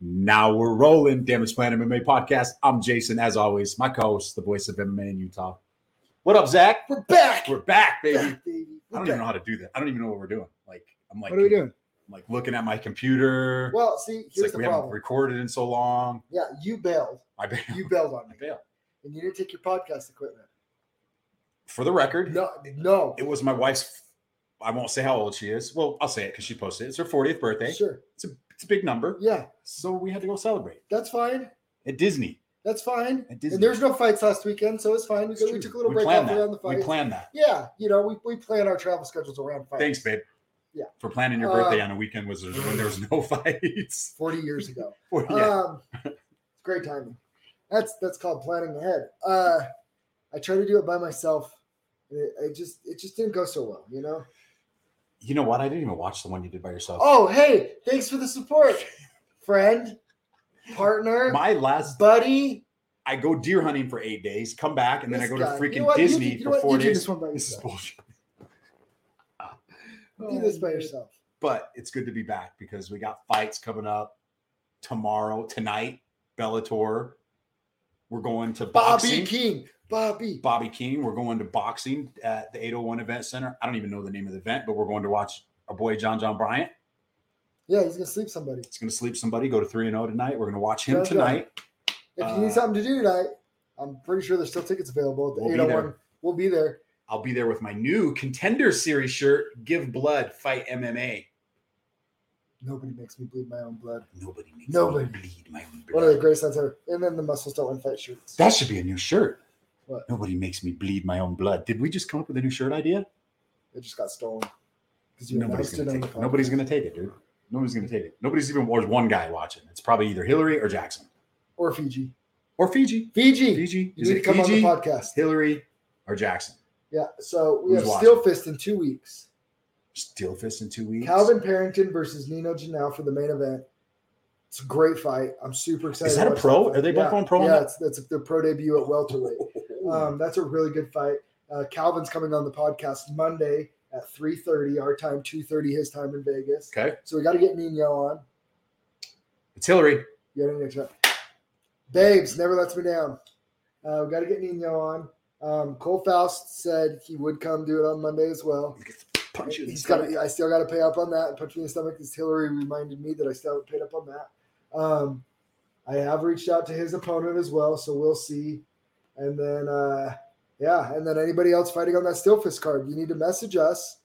Now we're rolling. Damage Plan MMA podcast. I'm Jason, as always, my co-host, the voice of MMA in Utah. What up, Zach? We're back. We're back, baby. Back, I baby. We're don't back. even know how to do that. I don't even know what we're doing. Like I'm like What are we doing? I'm, like looking at my computer. Well, see, it's here's like the we haven't problem. recorded in so long. yeah, you bailed. I ba- You bailed on I me, bailed. and you didn't take your podcast equipment. For the record, No, no. it was my wife's. I won't say how old she is. Well, I'll say it because she posted it. It's her 40th birthday. Sure. It's a it's a big number. Yeah, So we had to go celebrate that's fine. at Disney. That's fine. At Disney. And there's no fights last weekend, so it's fine. We, It's go- we true. took a little We break planned off around the that. We fight. planned that. Yeah, you know, we, we plan our travel schedules around fights. Thanks, babe. Yeah. For planning your Uh, birthday on a weekend was when there was no fights. Forty years ago. Well, yeah. Um, great timing. That's that's called planning ahead. Uh, I tried to do it by myself. and It, it just it just didn't go so well, you know. you know what? I didn't even watch the one you did by yourself. Oh, hey, thanks for the support, friend, partner, My last, buddy. I go deer hunting for eight days, come back, and then I This go to guy. freaking You know what? You Disney can- you know for what? four You do days. this one by This is yourself. bullshit. Do this by yourself. But it's good to be back because we got fights coming up tomorrow, tonight, Bellator. We're going to Bobby boxing. King. Bobby. Bobby King. We're going to boxing at the 801 Event Center. I don't even know the name of the event, but we're going to watch our boy John John Bryant. Yeah, he's gonna sleep somebody. He's going to sleep somebody, go to 3 and 0 tonight. We're going to watch him John John. tonight. If you Uh, need something to do tonight, I'm pretty sure there's still tickets available at the We'll be 801. there. We'll be there. I'll be there with my new contender series shirt, Give Blood, Fight MMA. Nobody makes me bleed my own blood. Nobody makes Nobody. me bleed my own One of the blood. greatest lines ever. And then the muscles don't win fight shirts. That should be a new shirt. What? Nobody makes me bleed my own blood. Did we just come up with a new shirt idea? It just got stolen. Because Nobody's gonna take it. Nobody's gonna take it, dude. Nobody's gonna take it. Nobody's even there's one guy watching. It's probably either Hillary or Jackson. or Fiji. Or Fiji. Fiji. Fiji. You Is need it to come Fiji? on the podcast. Hillary or Jackson? Yeah. So we Who's have watching? Steel Fist in two weeks. Still fist in two weeks. Calvin Parrington versus Nino Janelle for the main event. It's a great fight. I'm super excited. Is that to a watch pro? fight. Are they both yeah. on pro on Yeah, that? Oh. it's, that's their pro debut at welterweight. Um, that's a really good fight. Uh, Calvin's coming on the podcast Monday at 3:30 our time, 2:30 his time in Vegas. okay. So we got to get Nino on. It's Hillary. You got any next up? Babes never lets me down. Uh, we got to get Nino on. Um, Cole Faust said he would come do it on Monday as well. Punch you. He's got. I still got to pay up on that. Punch me in the stomach. This Hillary reminded me that I still haven't paid up on that. Um, I have reached out to his opponent as well, so we'll see. And then, uh, yeah, and then anybody else fighting on that steel fist card, you need to message us,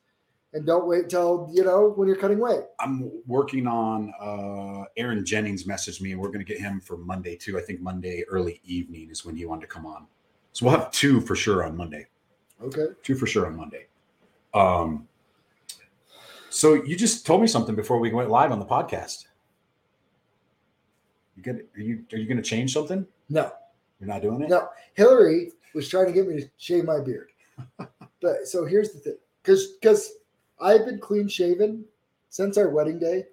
and don't wait till you know when you're cutting weight. I'm working on uh Aaron Jennings messaged me and we're gonna get him for Monday too. I think Monday early evening is when he wanted to come on. So we'll have two for sure on Monday. Okay. Two for sure on Monday. Um so you just told me something before we went live on the podcast. You good are you are you gonna change something? No, You're not doing it? no. Hillary was trying to get me to shave my beard, but so here's the thing, because because I've been clean shaven since our wedding day.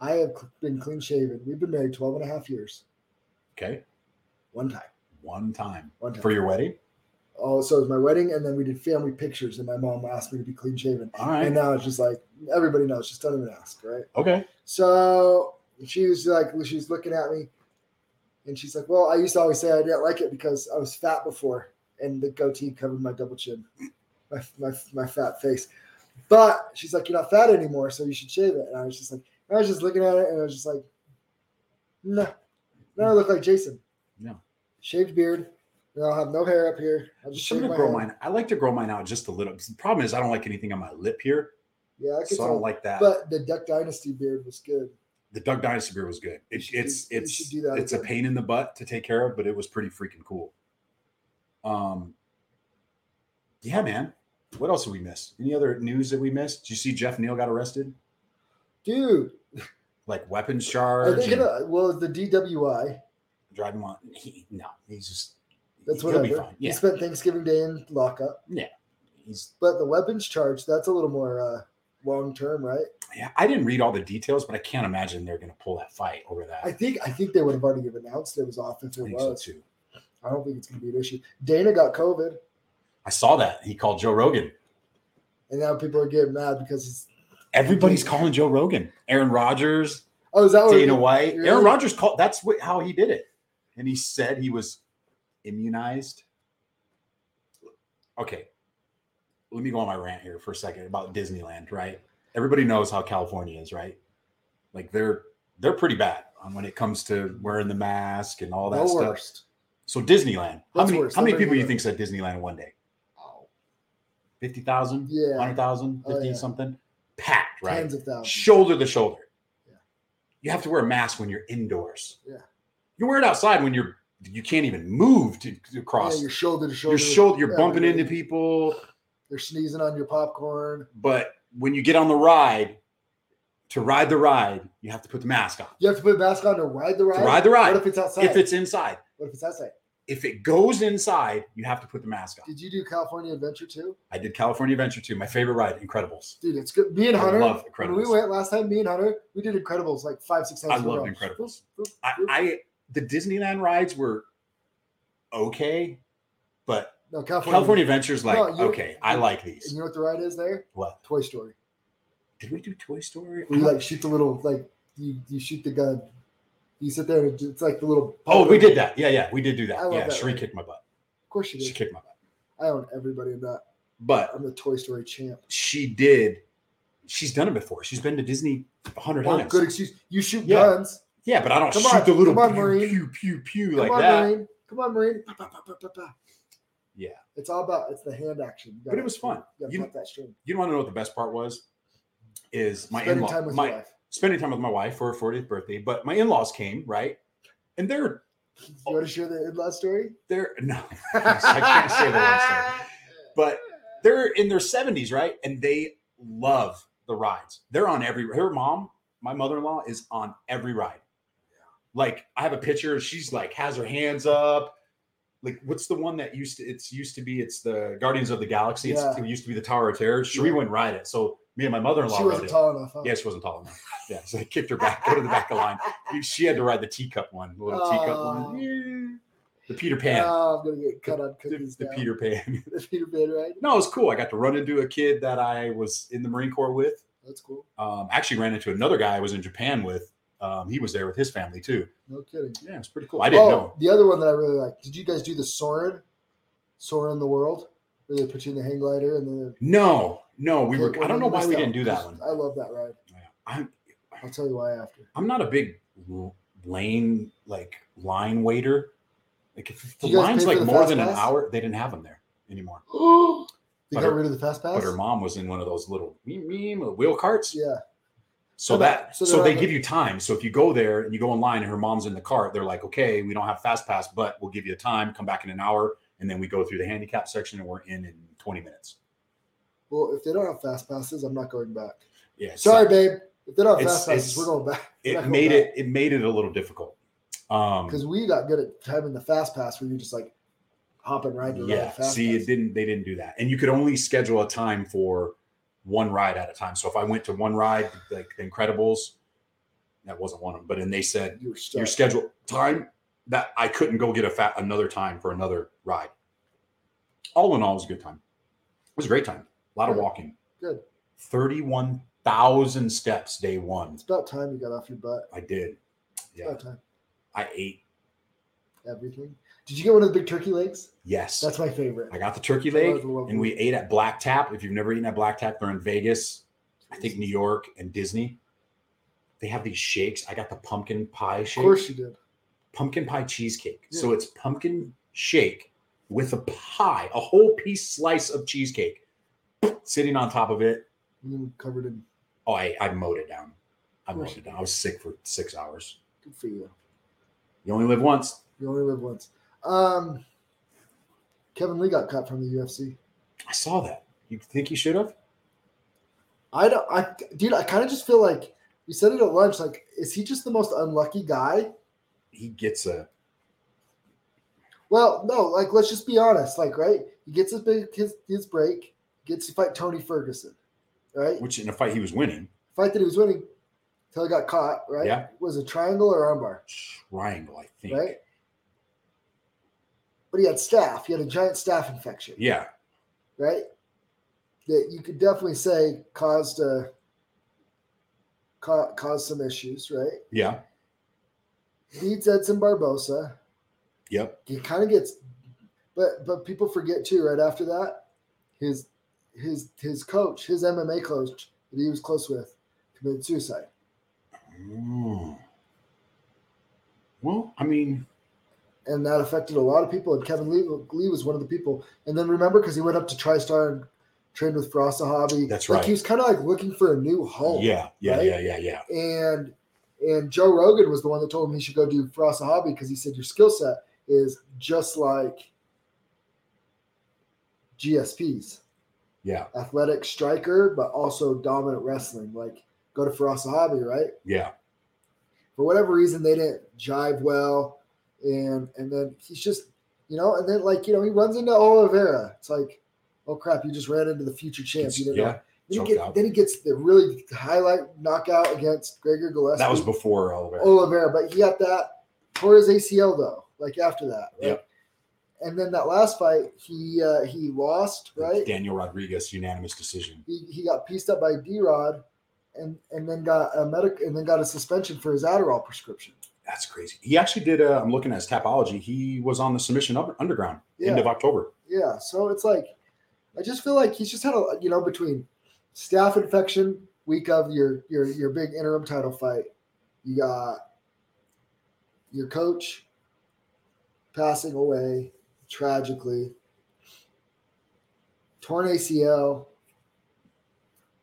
I have cl- been clean shaven. We've been married 12 and a half years. Okay. One time. One time. One time. For your wedding? Oh, so it was my wedding, and then we did family pictures, and my mom asked me to be clean shaven. All right. And uh, now it's just like everybody knows, just don't even ask, right? okay. So she was like, she was looking at me, and she's like, "Well, I used to always say I didn't like it because I was fat before, and the goatee covered my double chin, my my, my fat face." But she's like, "You're not fat anymore, so you should shave it." And I was just like, I was just looking at it, and I was just like, "No, no, I look like Jason." No. shaved beard, and I'll have no hair up here. I'll just I'm shave gonna my grow hair. mine. I like to grow mine out just a little. The problem is I don't like anything on my lip here. Yeah, I could so I tell. don't like that. but the Duck Dynasty beard was good. the Doug Dynasty beer was good. You It, should do- it's you it's should do that it's a again. pain in the butt to take care of, but it was pretty freaking cool. Um, yeah, man. What else did we miss? Any other news that we missed? Did you see Jeff Neal got arrested? Dude, Like weapons are charge, they and gonna? Well, the DWI. driving on. He, no, he's just That's he'll whatever. be fine. He Yeah, spent Thanksgiving Day in lockup, he's but the weapons charge—that's a little more uh, long term, right? yeah. I didn't read all the details, but I can't imagine they're gonna pull that fight over that. I think I think they would have already announced it was off if it I think so was. too. I don't think it's going to be an issue. Dana got COVID, I saw that he called Joe Rogan. and now people are getting mad because he's Everybody's calling Joe Rogan. Aaron Rodgers. Oh, is that what? Dana White. Really? Aaron Rodgers called. That's what, how he did it, and he said he was immunized. Okay, let me go on my rant here for a second about Disneyland. Right, everybody knows how California is, right? Like they're they're pretty bad on when it comes to wearing the mask and all that No stuff. worst. So Disneyland. How That's many worse. how many Don't people bring you it think said Disneyland in one day? Oh, 50,000, Yeah. 100,000, Oh, 15 yeah. something. Packed, right? Tens of thousands. shoulder to shoulder. Um, Yeah. You have to wear a mask when you're indoors. Yeah. You wear it outside when you're you can't even move to, to yeah, across. you're shoulder to shoulder. your shoulder, you're Yeah, bumping everybody. into people, They're sneezing on your popcorn. but when you get on the ride, to ride the ride, you have to put the mask on. You have to put a mask on to ride the ride. To ride the What ride. if it's outside? If it's inside, what if it's outside? if it goes inside, you have to put the mask on. Did you do California Adventure too? I did California Adventure 2, my favorite ride, Incredibles. Dude, it's good. Me and I Hunter, love when we Incredibles. went last time, me and Hunter, we did Incredibles like five, six times. I in a loved row. Incredibles. Boop, boop, I, boop. I the Disneyland rides were okay, but no, California. California Adventure's like No, you- okay, I like And these. you know what the ride is there? What Toy Story. did we do? Toy Story? Where you like shoot the little like you you shoot the gun. You sit there and it's like the little. oh, we did that. Yeah, yeah, we did do that. I love Yeah, that Sheree ride. kicked my butt. Of course you She did. kicked my butt. I own everybody in that. But I'm the Toy Story champ. she did. She's done it before. She's been to Disney a hundred Oh, times. good excuse. You shoot Yeah. guns. Yeah, but I don't Come shoot on, the little come on, pew, Marine. pew pew pew Come like on, that. Marine. Come on, Marine. Pa, pa, pa, pa, pa, pa. Yeah, It's all about it's the hand action. You but gotta- it was fun. You gotta You cut that string. you want to know what the best part was? Is my Spending in-law, time with my your wife. spending time with my wife for her 40th birthday, but my in-laws came, right? And they're You want to share the in-law story? they're no, I can't say the last name. But they're in their 70s, right? And they love the rides. They're on every her mom, my mother-in-law, is on every ride. Like I have a picture, she's like has her hands up. Like what's the one that used to it's used to be it's the Guardians of the Galaxy. It's, Yeah. it used to be the Tower of Terror. Sheree Yeah. wouldn't ride it. So me and my mother-in-law She rode wasn't it. tall enough. Huh? Yeah, she wasn't tall enough. Yeah, so they kicked her back, go to the back of the line. She had to ride the teacup one, the little teacup Oh. one. Yeah. The Peter Pan. Oh, I'm gonna get cut on the, cookies. the now. Peter Pan. The Peter Pan, right? No, it was cool. I got to run into a kid that I was in the Marine Corps with. That's cool. Um, actually ran into another guy I was in Japan with. Um, he was there with his family too. No kidding. Yeah, it's pretty cool. I didn't oh, know. the other one that I really like. Did you guys do the Soren? Soren the world, where they put you in the hang glider and then No, no, we were. Well, I don't know why missed we out. didn't do that one. I love that ride. Yeah. I'm, I'll tell you why after. I'm not a big l- lane like line waiter. Like if the You guys line's pay like for the more fast than an pass? hour, they didn't have them there anymore. they But got her- rid of the fast pass. But her mom was in one of those little meem, meem, little wheel carts. yeah, So So that- that so so, they're they on give the- you time. So if you go there and you go in line and her mom's in the cart, they're like, okay, we don't have fast pass, but we'll give you a time. Come back in an hour, and then we go through the handicap section and we're in in twenty minutes. well, if they don't have fast passes, I'm not going back. Yeah. so Sorry, babe. If they don't have It's- fast passes, it's- we're going back. We're it not going made back. it it made it a little difficult. Um, because we got good at timing the fast pass where you just like hop and ride. your ride yeah. fast See, pass. it didn't. They didn't do that, and you could only schedule a time for one ride at a time. So if I went to one ride, like the Incredibles, that wasn't one of them. But and they said You were stuck. your schedule time that I couldn't go get a fat another time for another ride. All in all, it was a good time. It was a great time. A lot of Good. walking. Good. Thirty-one thousand steps day one. It's about time you got off your butt. I did. It's Yeah, about time. I ate. Everything. Did you get one of the big turkey legs? Yes, That's my favorite. I got the turkey I leg, love the lovely- and we ate at Black Tap. If you've never eaten at Black Tap, they're in Vegas. I think New York and Disney. They have these shakes. I got the pumpkin pie Of shake. course you did. pumpkin pie cheesecake. Hmm. So it's pumpkin shake with a pie, a whole piece slice of cheesecake sitting on top of it. You were covered in Oh, I, I mowed it down. I Of course mowed it down. I was sick for six hours. good for you. You only live once. You only live once. Um, Kevin Lee got cut from the UFC. I saw that. You think you should have? I don't. I dude. I kind of just feel like we said it at lunch. Like, is he just the most unlucky guy? He gets a Well, no, like let's just be honest. Like, right? He gets his big his, his break, gets to fight Tony Ferguson, right? which in a fight he was winning Fight that he was winning until he got caught, right? Yeah. Was a triangle or armbar, triangle, I think. right? But he had staff. He had a giant staff infection, Yeah. right? That you could definitely say caused a uh, ca- caused some issues, right? Yeah. Beats Edson Barbosa. Yep. He kind of gets, but but people forget too. Right after that, his his his coach, his MMA coach that he was close with, committed suicide. Mm. Well, I mean, and that affected a lot of people. And Kevin Lee, Lee was one of the people. And then remember, because he went up to TriStar and trained with Frost Hobby. That's like right. He was kind of like looking for a new home. yeah, yeah, right? yeah, yeah, yeah. And and Joe Rogan was the one that told him he should go do Frost Hobby because he said your skill set is just like GSPs, Yeah, athletic striker, but also dominant wrestling. Like go to Frost Hobby, right? yeah. for whatever reason they didn't jive well and and then he's just you know and then like you know he runs into Oliveira it's like oh crap you just ran into the future champ It's- you didn't yeah. know. Then, choked he out. get, then he gets the really highlight knockout against Gregor Gillespie That was before Oliver. Oliveira but he got that tore his ACL though like after that right? Yep. and then that last fight he uh, he lost right Daniel Rodriguez unanimous decision. he, he got pieced up by D-Rod and and then got a medic and then got a suspension for his Adderall prescription That's crazy. He actually did. Uh, I'm looking at his tapology. He was on the submission up, underground end Yeah. of October. Yeah, so it's like I just feel like he's just had a you know between staff infection week of your your your big interim title fight, you got your coach passing away tragically, torn ACL,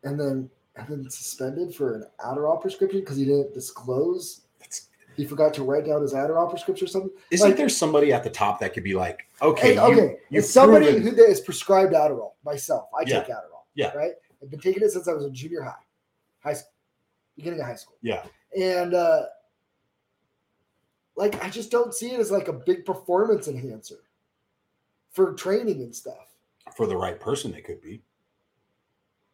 and then and then suspended for an Adderall prescription because he didn't disclose. That's, He forgot to write down his Adderall prescription or something. isn't Like- there somebody at the top that could be like, okay, Hey, you- okay. you've it's somebody proven- who that is prescribed Adderall. Myself, I Yeah. take Adderall. Yeah. Right. I've been taking it since I was in junior high, high school, beginning of high school, yeah, and uh, like I just don't see it as like a big performance enhancer for training and stuff. for the right person, it could be.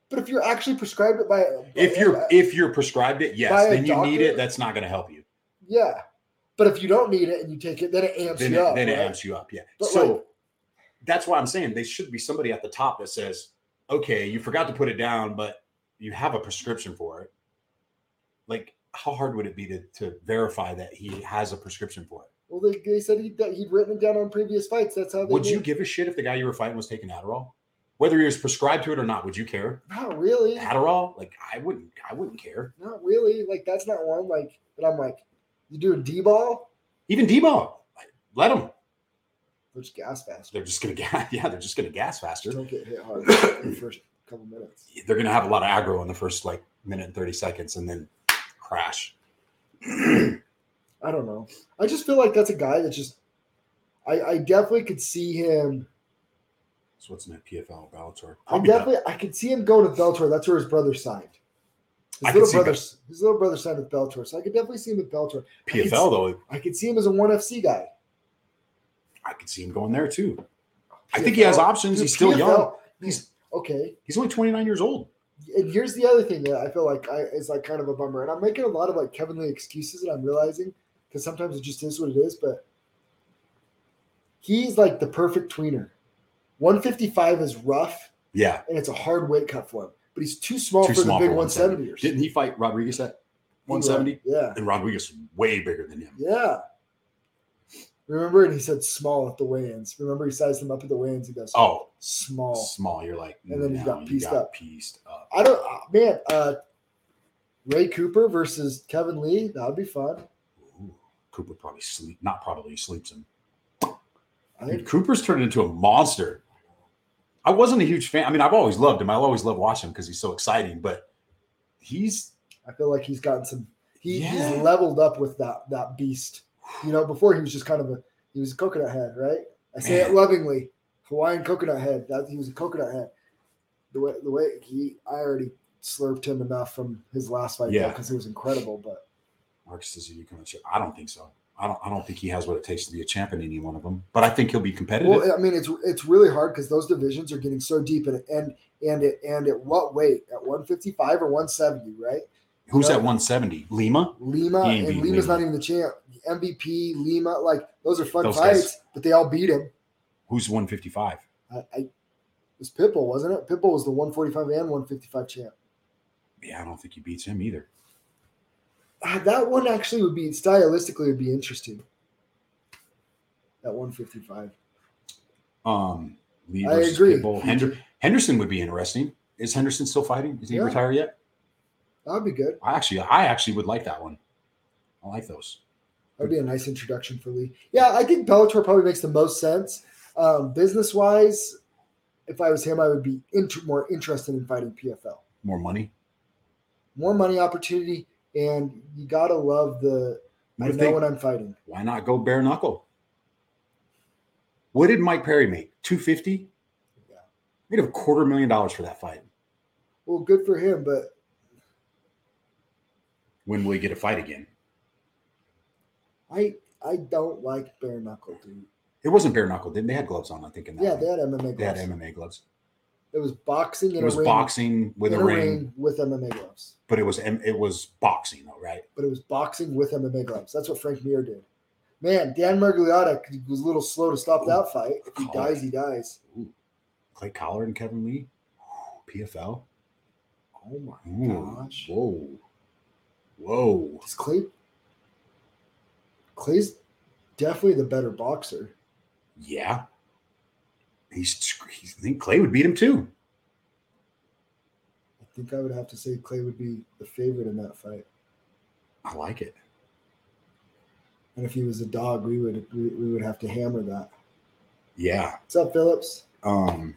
But if you're actually prescribed it by, If you're if you're prescribed it, uh, By yes, a then you need doctor? it. That's not going to help you. yeah. But if you don't need it and you take it, then it amps Then you it, up. then it right? amps you up. Yeah. But so like- that's why I'm saying they should be somebody at the top that says, okay, you forgot to put it down, but you have a prescription for it. Like, how hard would it be to, to verify that he has a prescription for it? Well, they, they said he'd, he'd written it down on previous fights. That's how they Would knew. you give a shit if the guy you were fighting was taking Adderall? Whether he was prescribed to it or not, would you care? Not really. Adderall? Like I wouldn't I wouldn't care. not really. Like that's not one. Like that I'm like, you doing D ball? Even D-ball, like, let them. They're just gas faster. They're just gonna gas. Yeah, they're just gonna gas faster. Don't get hit hard in the first couple minutes. they're going to have a lot of aggro in the first like minute and 30 seconds and then crash. I don't know. I just feel like that's a guy that just I, I definitely could see him. So what's in that PFL Bellator? I Probably not. definitely I could see him going to Bellator. That's where his brother signed. His I could little see brother, his little brother signed with Bellator, so I could definitely see him with Bellator. PFL though, I could see him as a one FC guy. I could see him going there too. I think he has PFL. options. Dude, He's still young. PFL. He's Okay, he's only 29 years old. and here's the other thing that I feel like I, is like kind of a bummer, and I'm making a lot of like Kevin Lee excuses, and I'm realizing because sometimes it just is what it is. But he's like the perfect tweener. 155 is rough, Yeah. and it's a hard weight cut for him, but he's too small Too for small the big for 170 ers. Didn't he fight Rodriguez at 170? Yeah, And Rodriguez was way bigger than him. yeah. Remember, and he said small at the weigh-ins. Remember, he sized him up at the weigh-ins. He goes, Oh, small." small. You're like, And then he no, got you pieced up. pieced up. I don't, uh, man. Uh, Ray Cooper versus Kevin Lee. That would be fun. Ooh, Cooper probably sleep. Not probably he sleeps him. I think Dude, Cooper's turned into a monster. I wasn't a huge fan. I mean, I've always loved him. I always love watching him because he's so exciting. But he's I feel like he's gotten some. He, Yeah. He's leveled up with that that beast. You know, before he was just kind of a he was a coconut head, right? I say it Man. lovingly, Hawaiian coconut head. That he was a coconut head. The way the way he, I already slurped him enough from his last fight, Yeah. because it was incredible. But Marcus Suzuki coming. to- I don't think so. I don't. I don't think he has what it takes to be a champion in any one of them. But I think he'll be competitive. well, I mean, it's it's really hard because those divisions are getting so deep, and and and it and at what weight? At one fifty five or one seventy, right? Who's yeah. at 170? Lima. Lima He ain't and beat Lima's Lima. not even the champ. MVP Lima, like those are fun Those fights, guys- but they all beat him. Who's 155? I, I it was Pitbull, wasn't it? Pitbull was the 145 and 155 champ. Yeah, I don't think he beats him either. Ah, that one actually would be stylistically would be interesting. At 155. Um, Lee I versus agree. Pitbull. Hender- Henderson would be interesting. Is Henderson still fighting? Is he Yeah. retire yet? That would be good. I actually, I actually would like that one. I like those. That would be a nice introduction for Lee. Yeah, I think Bellator probably makes the most sense. Um, business wise, if I was him, I would be inter- more interested in fighting PFL. More money. More money opportunity, and you gotta love the. What I if know they- what I'm fighting. why not go bare knuckle? What did Mike Perry make? 250? Yeah. Made a quarter million dollars for that fight. Well, good for him, but When will he get a fight again? I I don't like bare knuckle, dude. It wasn't bare knuckle, didn't they? They had gloves on, I think. In that Yeah, one. they had MMA gloves. They had MMA gloves. It was boxing in It was a ring. boxing with in a ring, with MMA gloves, but it was M- it was boxing though, right? but it was boxing with MMA gloves. That's what Frank Mir did. Man, Dan Margliotta was a little slow to Oh, stop that fight. If he Collar. dies, he dies. Clay Collard and Kevin Lee, PFL. Oh my Ooh, gosh! Whoa, whoa. Does Clay? Clay's definitely the better boxer. Yeah. He's, he's I think Clay would beat him too. I think I would have to say Clay would be the favorite in that fight. I like it. And if he was a dog, we would we, we would have to hammer that. Yeah. What's up, Phillips? Um,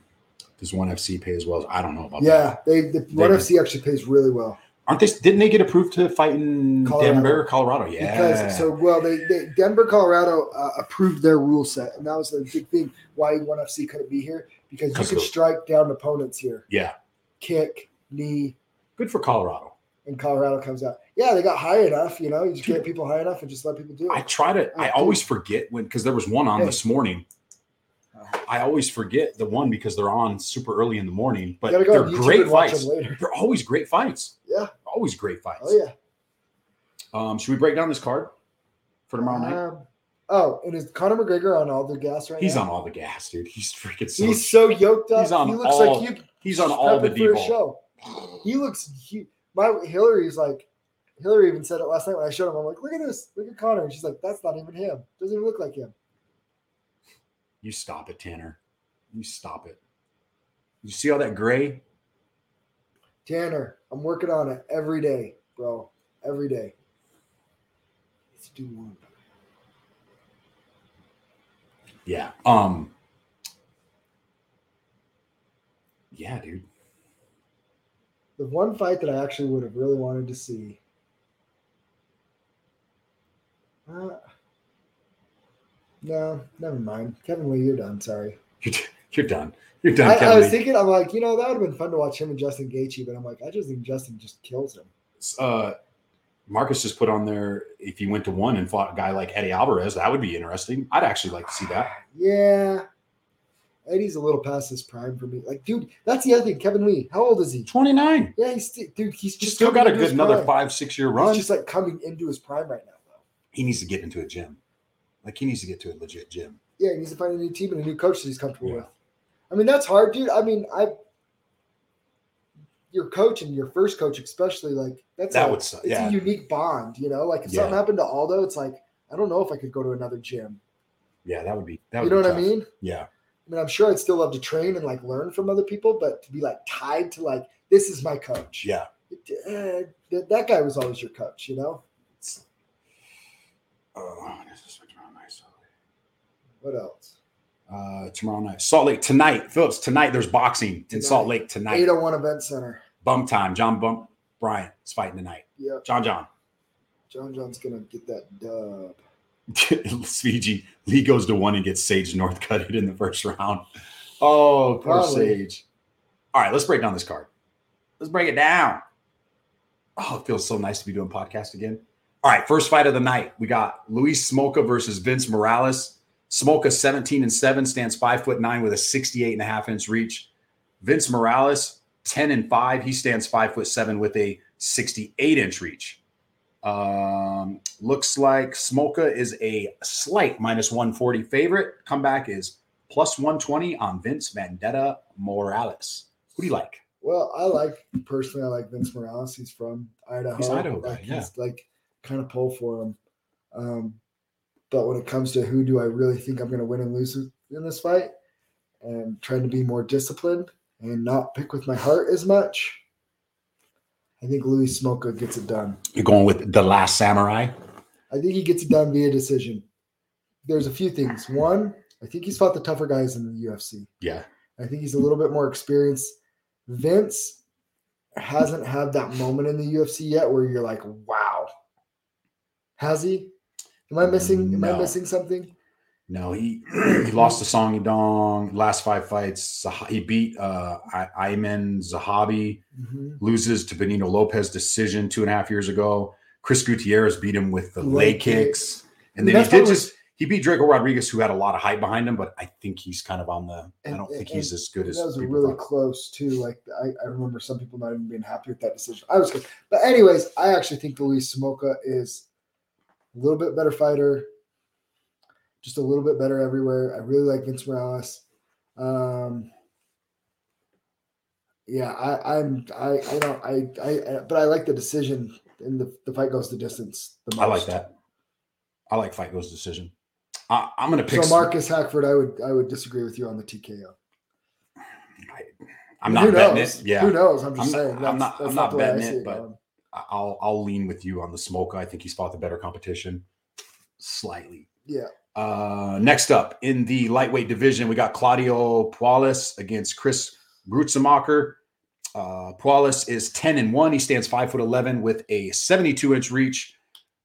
does one FC pay as well? I don't know about that. Yeah, they the one FC actually pays really well. Aren't they? Didn't they get approved to fight in Colorado. Denver, Colorado? Yeah. because so well they, they denver colorado uh, approved their rule set and that was the big thing why 1fc couldn't be here because you Because could of- strike down opponents here yeah. kick knee Good for Colorado. and colorado comes out yeah they got high enough you know you just get people high enough and just let people do I it try to. I always forget when because there was one on Uh, Hey. this morning. Uh, I always forget the one because they're on super early in the morning, but you gotta go they're on YouTube great and watch fights. them later They're always great fights. Yeah. Always great fights. oh yeah Um, should we break down this card for tomorrow night? Um, oh and is conor mcgregor on all the gas right He's now on all the gas, dude. He's freaking so. he's so yoked up He's on he looks all- like you he's on all the prepping for a D-ball. show he looks he, my hillary's like hillary even said it last night when i showed him i'm like look at this look at connor and she's like that's not even him doesn't even look like him You stop it, Tanner. You stop it. You see all that gray? tanner i'm working on it every day bro every day let's do one Yeah. Um. Yeah, dude. the one fight that i actually would have really wanted to see uh, no never mind kevin lee you're done sorry You're, you're done. You're done, I, I Kevin. was Lee. thinking i'm like you know that would have been fun to watch him and justin Gaethje, but i'm like i just think justin just kills him uh, Marcus just put on there if he went to one and fought a guy like Eddie Alvarez, that would be interesting. I'd actually like to see that. Yeah. Eddie's a little past his prime for me. Like, dude, that's the other thing. Kevin Lee, how old is he? 29. Yeah, he's sti- dude. He's He's just still coming got a into good his another prime. five, six year He's run. just like coming into his prime right now, though. he needs to get into a gym. Like he needs to get to a legit gym. Yeah, he needs to find a new team and a new coach that he's comfortable Yeah. with. I mean, that's hard, dude. I mean, I your coach and your first coach, especially, like that's That a- would suck, It's yeah. a unique bond, you know. Like if Yeah. something happened to Aldo, it's like I don't know if I could go to another gym. Yeah, that would be that You would know what be I tough. mean? Yeah. I mean, I'm sure I'd still love to train and like learn from other people, but to be like tied to like this is my coach. Yeah. Eh, that, that guy was always your coach, you know. Oh, this is tomorrow night. Salt What else? Lake. Uh, tomorrow night. Salt Lake tonight. Phillips, tonight there's boxing in Salt Tonight. Lake tonight. 801 Event Center. Bump time. John Bump Bryant is fighting tonight. Yeah, John John. John John's gonna get that dub. Fiji. Lee goes to one and gets Sage North cutted in the first round. Oh, poor Probably. Sage. All right, let's break down this card. Let's break it down. Oh, it feels so nice to be doing podcast again. All right, first fight of the night. We got Luis Smoka versus Vince Morales. Smoka 17 and 7 stands 5 foot 9 with a 68 and a half inch reach. Vince Morales 10 and 5. He stands 5 foot 7 with a 68 inch reach. Um, looks like Smoka is a slight minus 140 favorite. Comeback is plus 120 on Vince Vendetta Morales. Who do you like? Well, I like personally, I like Vince Morales. He's from Idaho. He's Idaho guy, Like, he's like kind of pull for him. Um, but when it comes to who do I really think I'm going to win and lose in this fight, and trying to be more disciplined and not pick with my heart as much, I think Louis Smoka gets it done. You're going with the Last Samurai. I think he gets it done via decision. There's a few things. One, I think he's fought the tougher guys in the UFC. Yeah, I think he's a little bit more experienced. Vince hasn't had that moment in the UFC yet where you're like, wow. Has he? Am I missing am No. I missing something? No, he he lost to Song Yadong. Last five fights, Zah- he beat uh, I- Ayman Zahabi. Loses to Benito Lopez decision two and a half years ago. Chris Gutierrez beat him with the Leg lay kicks, and then That's he did what was- just he beat Draco Rodriguez, who had a lot of hype behind him. But I think he's kind of on the. I And- don't think and- he's as good as that was people really thought. close too. Like I, I remember some people not even being happy with that decision. I was, but anyways, I actually think Luis Smoka is a little bit better fighter, just a little bit better everywhere. I really like Vince Morales. Um, yeah, I, I'm, I, I don't, I, I, I- but I like the decision, and the, the fight goes the distance. The I like that. I like fight goes decision. I, I'm going to pick. So Marcus Hackford, I would, I would disagree with you on the TKO. I'm Who not betting knows? it. Yeah, Who knows? I'm I'm just not- saying. I'm that's- not- that's I'm not the way I betting see it, but- going. I- I'll I'll lean with you on the smoke. I think he's fought the better competition slightly. yeah. Uh, next up in the lightweight division, we got Claudio Pualis against Chris Grutzemacher. Uh, Pualis is 10 and 1. He stands 5 foot 11 with a 72 inch reach.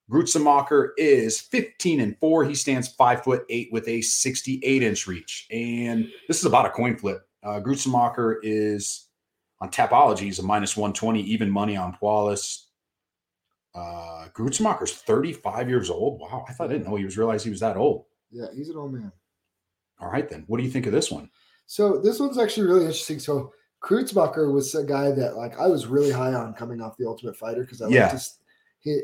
Grutzemacher is 15 and 4. He stands 5 foot 8 with a 68 inch reach. And this is about a coin flip. Uh, Grutzemacher is on Tapology, he's a minus 120, even money on Pualis. Uh, Grutzmacher's 35 years old. Wow, I thought I didn't know he was realized he was that old. Yeah, he's an old man. All right, then. What do you think of this one? So this one's actually really interesting. So Kreutzbacher was a guy that like I was really high on coming off the Ultimate Fighter because I Yeah. like just he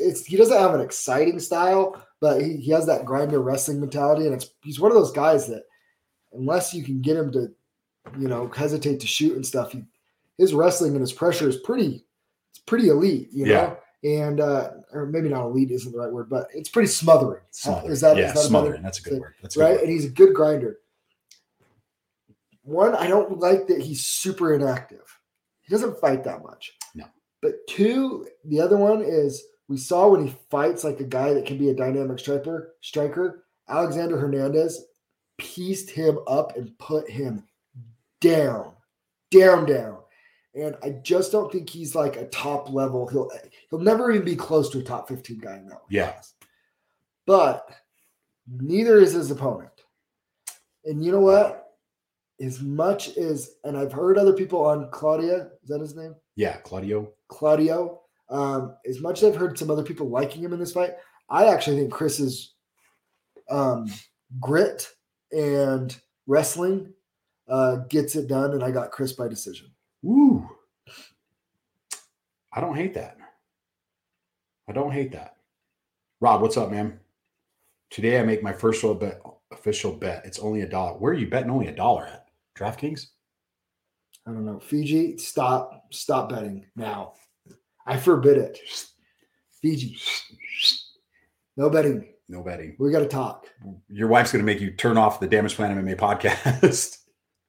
it's he doesn't have an exciting style, but he, he has that grinder wrestling mentality, and it's he's one of those guys that unless you can get him to you know hesitate to shoot and stuff, he, his wrestling and his pressure is pretty it's pretty elite, you Yeah. know. And uh, or maybe not elite isn't the right word, but it's pretty smothering. Smothering. Is that, yeah, is that a better- smothering. That's a good thing, word. That's a good right? word. And he's a good grinder. One, I don't like that he's super inactive. He doesn't fight that much. No. But two, the other one is we saw when he fights like a guy that can be a dynamic striker, striker, Alexander Hernandez pieced him up and put him down, down, down. And I just don't think he's like a top level. He'll he'll never even be close to a top 15 guy in that Yeah. class. But neither is his opponent. And you know what? As much as, and I've heard other people on Claudia, is that his name? Yeah, Claudio. Claudio. Um, as much as I've heard some other people liking him in this fight, I actually think Chris's um, grit and wrestling uh, gets it done. And I got Chris by decision. Woo. I don't hate that. I don't hate that. Rob, what's up, man? Today I make my first real bet, official bet. It's only a dollar. Where are you betting only a dollar at? DraftKings? I don't know. Fiji, stop, stop betting now. I forbid it. Fiji, no betting. No betting. We got to talk. Your wife's going to make you turn off the Damage Plan MMA podcast.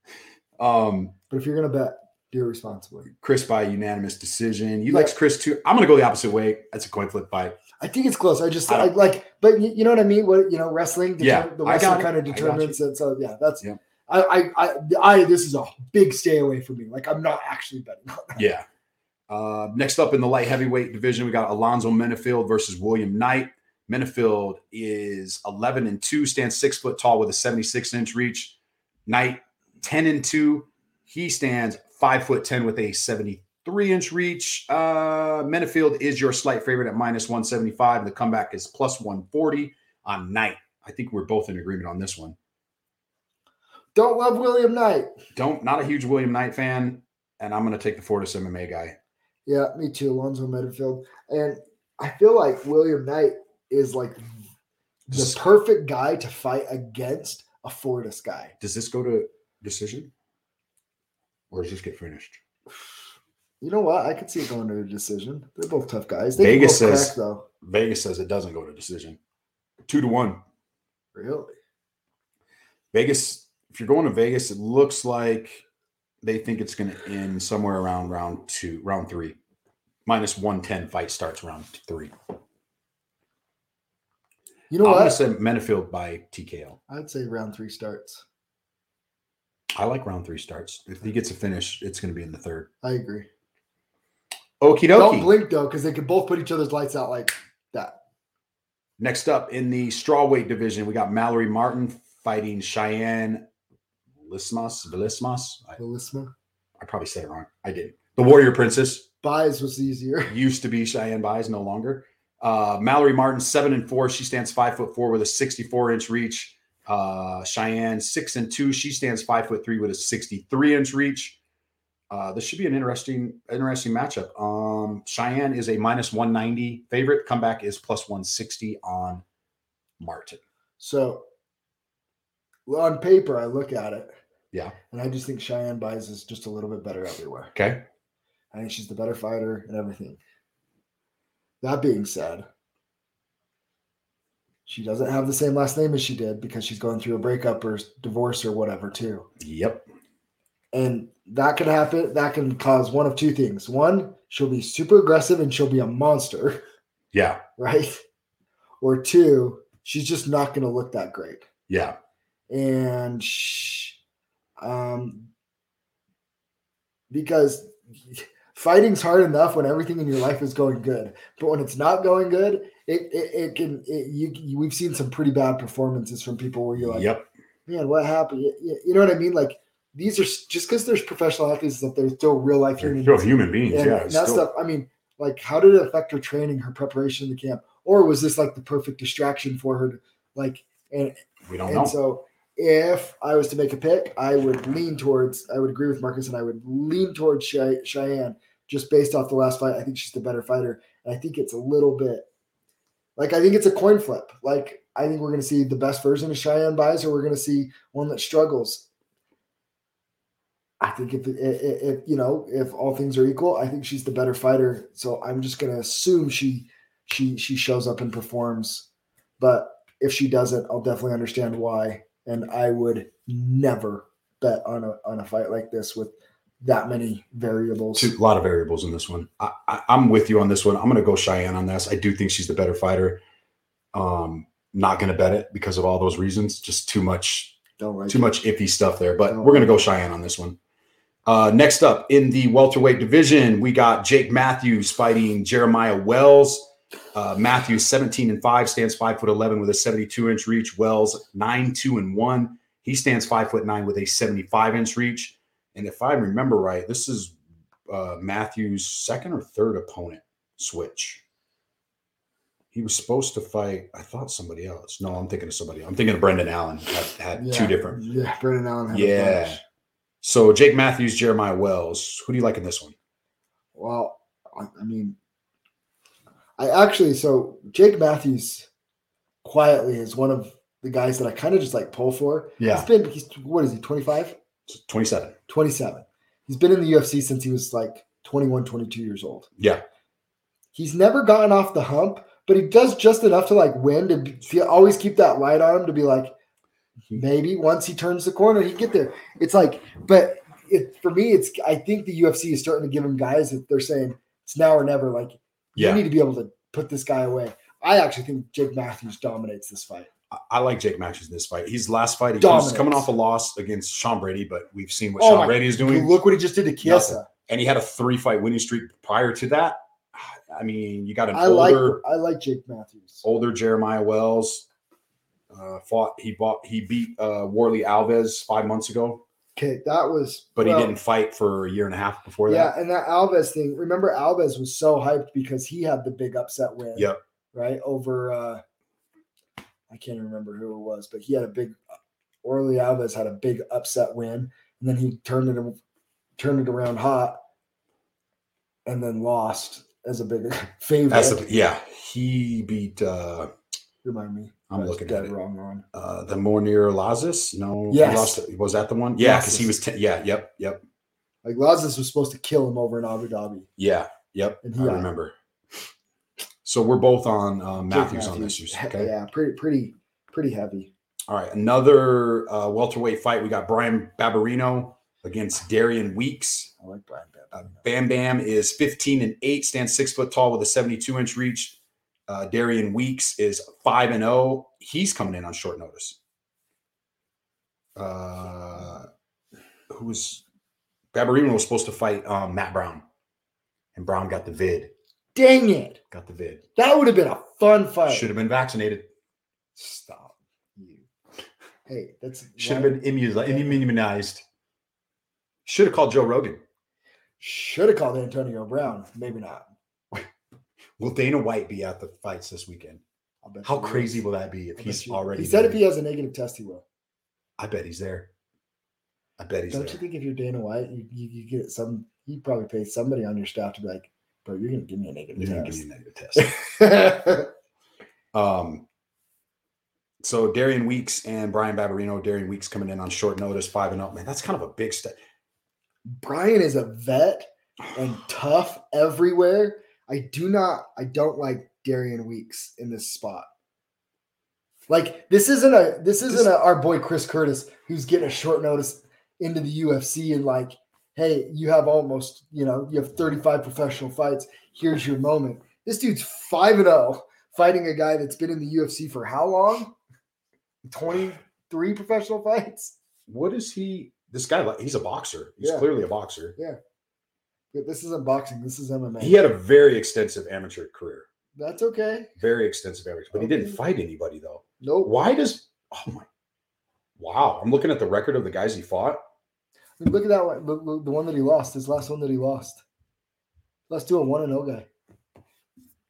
um, But if you're gonna bet, do it responsibly. Chris by unanimous decision. You Yeah. likes Chris too. I'm going to go the opposite way. That's a coin flip fight. I think it's close. I just I I like, but you, you know what I mean. What you know, wrestling. Yeah, determine- the I wrestling got it. kind I of got you. determines it. So yeah, that's. Yep. I, I, I, I, this is a big stay away from me. Like I'm not actually betting. on that. Yeah. Uh, next up in the light heavyweight division, we got Alonzo Menefield versus William Knight. Menefield is 11 and 2, stands six foot tall with a 76 inch reach. Knight 10 and 2. He stands five foot 10 with a 73 inch reach. Uh, Menefield is your slight favorite at minus 175. The comeback is plus 140 on Knight. I think we're both in agreement on this one. Don't love William Knight. Don't, not a huge William Knight fan, and I'm going to take the Fortis MMA guy. Yeah, me too. Alonzo Medefield, and I feel like William Knight is like the Does, perfect guy to fight against a Fortis guy. does this go to decision? Or does this get finished? You know what? I could see it going to a decision. They're both tough guys. They can Vegas both says- crack, though. Vegas says it doesn't go to decision. Two to one. Really? Vegas, if you're going to Vegas, it looks like they think it's going to end somewhere around round two, round three. Minus 110 fight starts round three. You know I'm going what? to say Menefield by TKO. I'd say round three starts. I like round three starts. If he gets a finish, it's going to be in the third. I agree. Okie Don't dokie. blink though, because they could both put each other's lights out like that. Next up in the strawweight division, we got Mallory Martin fighting Cheyenne Lismas. Velismas. I, Melisma. I probably said it wrong. I did. The Warrior Princess. Buys was easier. used to be Cheyenne Baez, no longer. Uh, Mallory Martin, seven and four. She stands five foot four with a 64 inch reach. Uh, Cheyenne, six and two. She stands five foot three with a 63 inch reach. Uh, this should be an interesting, interesting matchup. Um, Cheyenne is a minus 190 favorite. Comeback is plus 160 on Martin. So well, on paper, I look at it. Yeah. And I just think Cheyenne Buys is just a little bit better everywhere. Okay. I think she's the better fighter and everything. That being said, she doesn't have the same last name as she did because she's going through a breakup or s- divorce or whatever, too. Yep. And that can happen. That can cause one of two things. One, she'll be super aggressive and she'll be a monster, Yeah. right? Or two, she's just not going to look that great. Yeah. And sh um, because fighting's hard enough when everything in your life is going good, but when it's not going good, it it, it can it, you, you we've seen some pretty bad performances from people where you're like, Yep. man, what happened? You, you- you know what I mean? Like these are s- just because there's professional athletes that they're still real life They're human still beings. human beings. And yeah. that it's still- stuff. I mean, like, how did it affect her training, her preparation in the camp, or was this like the perfect distraction for her? To, like, and we don't and know. so, if I was to make a pick, I would lean towards. I would agree with Marcus, and I would lean towards Chey- Cheyenne just based off the last fight. I think she's the better fighter, and I think it's a little bit like I think it's a coin flip. Like I think we're going to see the best version of Cheyenne buys, or we're going to see one that struggles. I think if, if, if you know if all things are equal, I think she's the better fighter. So I'm just going to assume she she she shows up and performs. But if she doesn't, I'll definitely understand why. And I would never bet on a on a fight like this with that many variables. Two, a lot of variables in this one. I, I, I'm with you on this one. I'm going to go Cheyenne on this. I do think she's the better fighter. Um, not going to bet it because of all those reasons. Just too much, Don't like too it. much iffy stuff there. But No. we're going to go Cheyenne on this one. Uh, next up in the welterweight division, we got Jake Matthews fighting Jeremiah Wells. Uh, Matthews 17 and five stands five foot 11 with a 72 inch reach. Wells nine two and one. He stands five foot nine with a 75 inch reach. And if I remember right, this is uh, Matthews' second or third opponent switch. He was supposed to fight, I thought somebody else. No, I'm thinking of somebody. I'm thinking of Brendan Allen. Had, had two Yeah, different. Yeah, Brendan Allen. had a Yeah. bunch. So Jake Matthews, Jeremiah Wells. Who do you like in this one? Well, I I mean, I actually so Jake Matthews quietly is one of the guys that I kind of just like pull for. He's been he's what is he 25, 27. 27. He's been in the UFC since he was like 21, 22 years old. Yeah. He's never gotten off the hump, but he does just enough to like win to be- feel, always keep that light on him to be like, Mm-hmm. maybe once he turns the corner, he get there. It's like, but it, for me, it's I think the UFC is starting to give him guys that they're saying it's now or never. Like you Yeah. need to be able to put this guy away. I actually think Jake Matthews dominates this fight. I, I like Jake Matthews in this fight. He's last fight. He was Dominates. coming off a loss against Sean Brady, but we've seen what Oh Sean my- Brady is doing. Look what he just did to Kiesa. and he had a three fight winning streak prior to that. I mean, you got an I like older. I like Jake Matthews. older Jeremiah Wells. Uh, fought he bought he beat uh, Warley Alves five months ago, Okay, that was but well, he didn't fight for a year and a half before Yeah, that. and that Alves thing. Remember, Alves was so hyped because he had the big upset win. Yep. Right over, uh I can't remember who it was, but he had a big. uh, Orly Alves had a big upset win, and then he turned it turned it around hot, and then lost as a big favorite. That's the, yeah, he beat uh, Remind me. I'm I was looking dead at it. wrong on. uh, the Mornier Lazis. No, he Yes. lost- was that the one? Yeah, because he Lazis. was ten, yeah, yep, yep. Like Lazarus was supposed to kill him over in Abu Dhabi. Yeah. Yep. And I he died. remember. So we're both on uh, Jake Matthews, on this. year, He- Okay. Yeah, pretty pretty pretty heavy. All right. Another uh, welterweight fight. We got Brian Babarino against Darian Weeks. I like Brian Bab. Uh, Bam Bam is 15 and 8, stands six foot tall with a 72 inch reach. Uh, Darian Weeks is 5 and 0. He's coming in on short notice. Uh, who was Babarino was supposed to fight um, Matt Brown, and Brown got the vid. Dang it. Got the vid. That would have been a fun fight. Should have been vaccinated. Stop you. Hey, that's Should have been immunized. immunized. Should have called Joe Rogan. should have called Antonio Brown. Maybe not. Will Dana White be at the fights this weekend? I'll bet How you he crazy is. will that be if I bet he's you- already? He said there? if he has a negative test, he will. I bet he's there. I bet he's Don't there. you think if you're Dana White, you, you, you get some? You probably pay somebody on your staff to be like, "Bro, you're gonna give me a negative You're gonna give me test." a negative test. um, so Darian Weeks and Brian Babarino. Darian Weeks coming in on short notice, five and up. Man, that's kind of a big step. Brian is a vet and tough everywhere. I do not. I don't like Darian Weeks in this spot. Like this isn't a this isn't a, our boy Chris Curtis who's getting a short notice into the UFC and like, hey, you have almost you know you have thirty five professional fights. Here's your moment. This dude's five and zero fighting a guy that's been in the UFC for how long? Twenty three professional fights. What is he? This guy, like, he's a boxer. He's Yeah. clearly a boxer. This isn't boxing. This is MMA. He had a very extensive amateur career. That's okay. Very extensive amateur, but he didn't Okay. fight anybody though. Nope. Why does? Oh my! Wow, I'm looking at the record of the guys he fought. I mean, look at that one. Look, look, the one that he lost. His last one that he lost. Let's do a one and zero guy.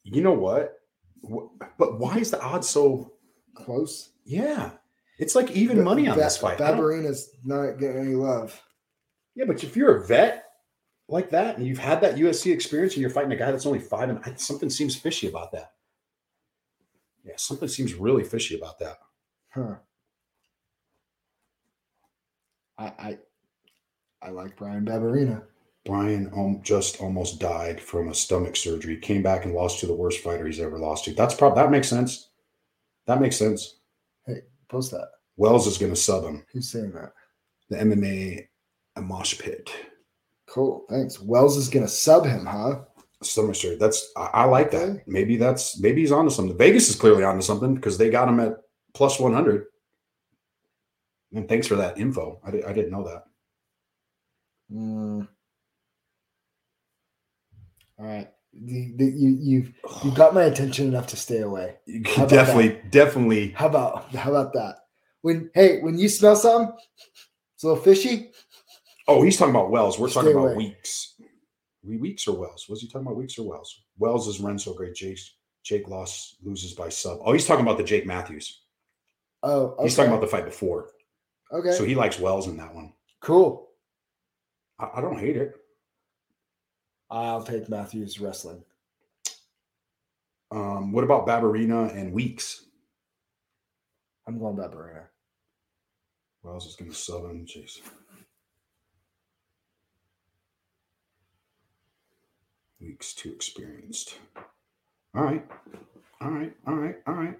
You know what? Wh- But why is the odds so? Close. Yeah, it's like even Ba- money on Ba- this fight. I don't- Babarina's not getting any love. Yeah, but if you're a vet like that and you've had that USC experience and you're fighting a guy that's only five and I, something seems fishy about that. Yeah, something seems really fishy about that. Huh. I I, I like Brian Babarina. Brian um, just almost died from a stomach surgery. Came back and lost to the worst fighter he's ever lost to. That's probably that makes sense. That makes sense. Post that. Wells is going to sub him. Who's saying that? The MMA a mosh pit Cool. Thanks. Wells is gonna sub him, huh? stomach surgery. That's I, I like Okay. that. Maybe that's maybe he's onto something. Vegas is clearly onto something because they got him at plus one hundred. And thanks for that info. I, di- I didn't know that. Mm. All right. The, the, you you've you got my attention enough to stay away. You How about definitely, definitely. How about how about that? When hey, when you smell something, it's a little fishy. Oh, he's talking about Wells. We're talking Stay about away. Weeks. We Weeks or Wells? Was he talking about Weeks or Wells? Wells is run so great. Jake Jake lost loses by sub. Oh, he's talking about the Jake Matthews. Oh, okay. He's talking about the fight before. okay. So he likes Wells in that one. cool. I, I don't hate it. I'll take Matthews wrestling. Um, what about Babarina and Weeks? I'm going Barbarina. Wells is going to sub him. Jeez. Weeks too experienced. All right. All right. All right. All right.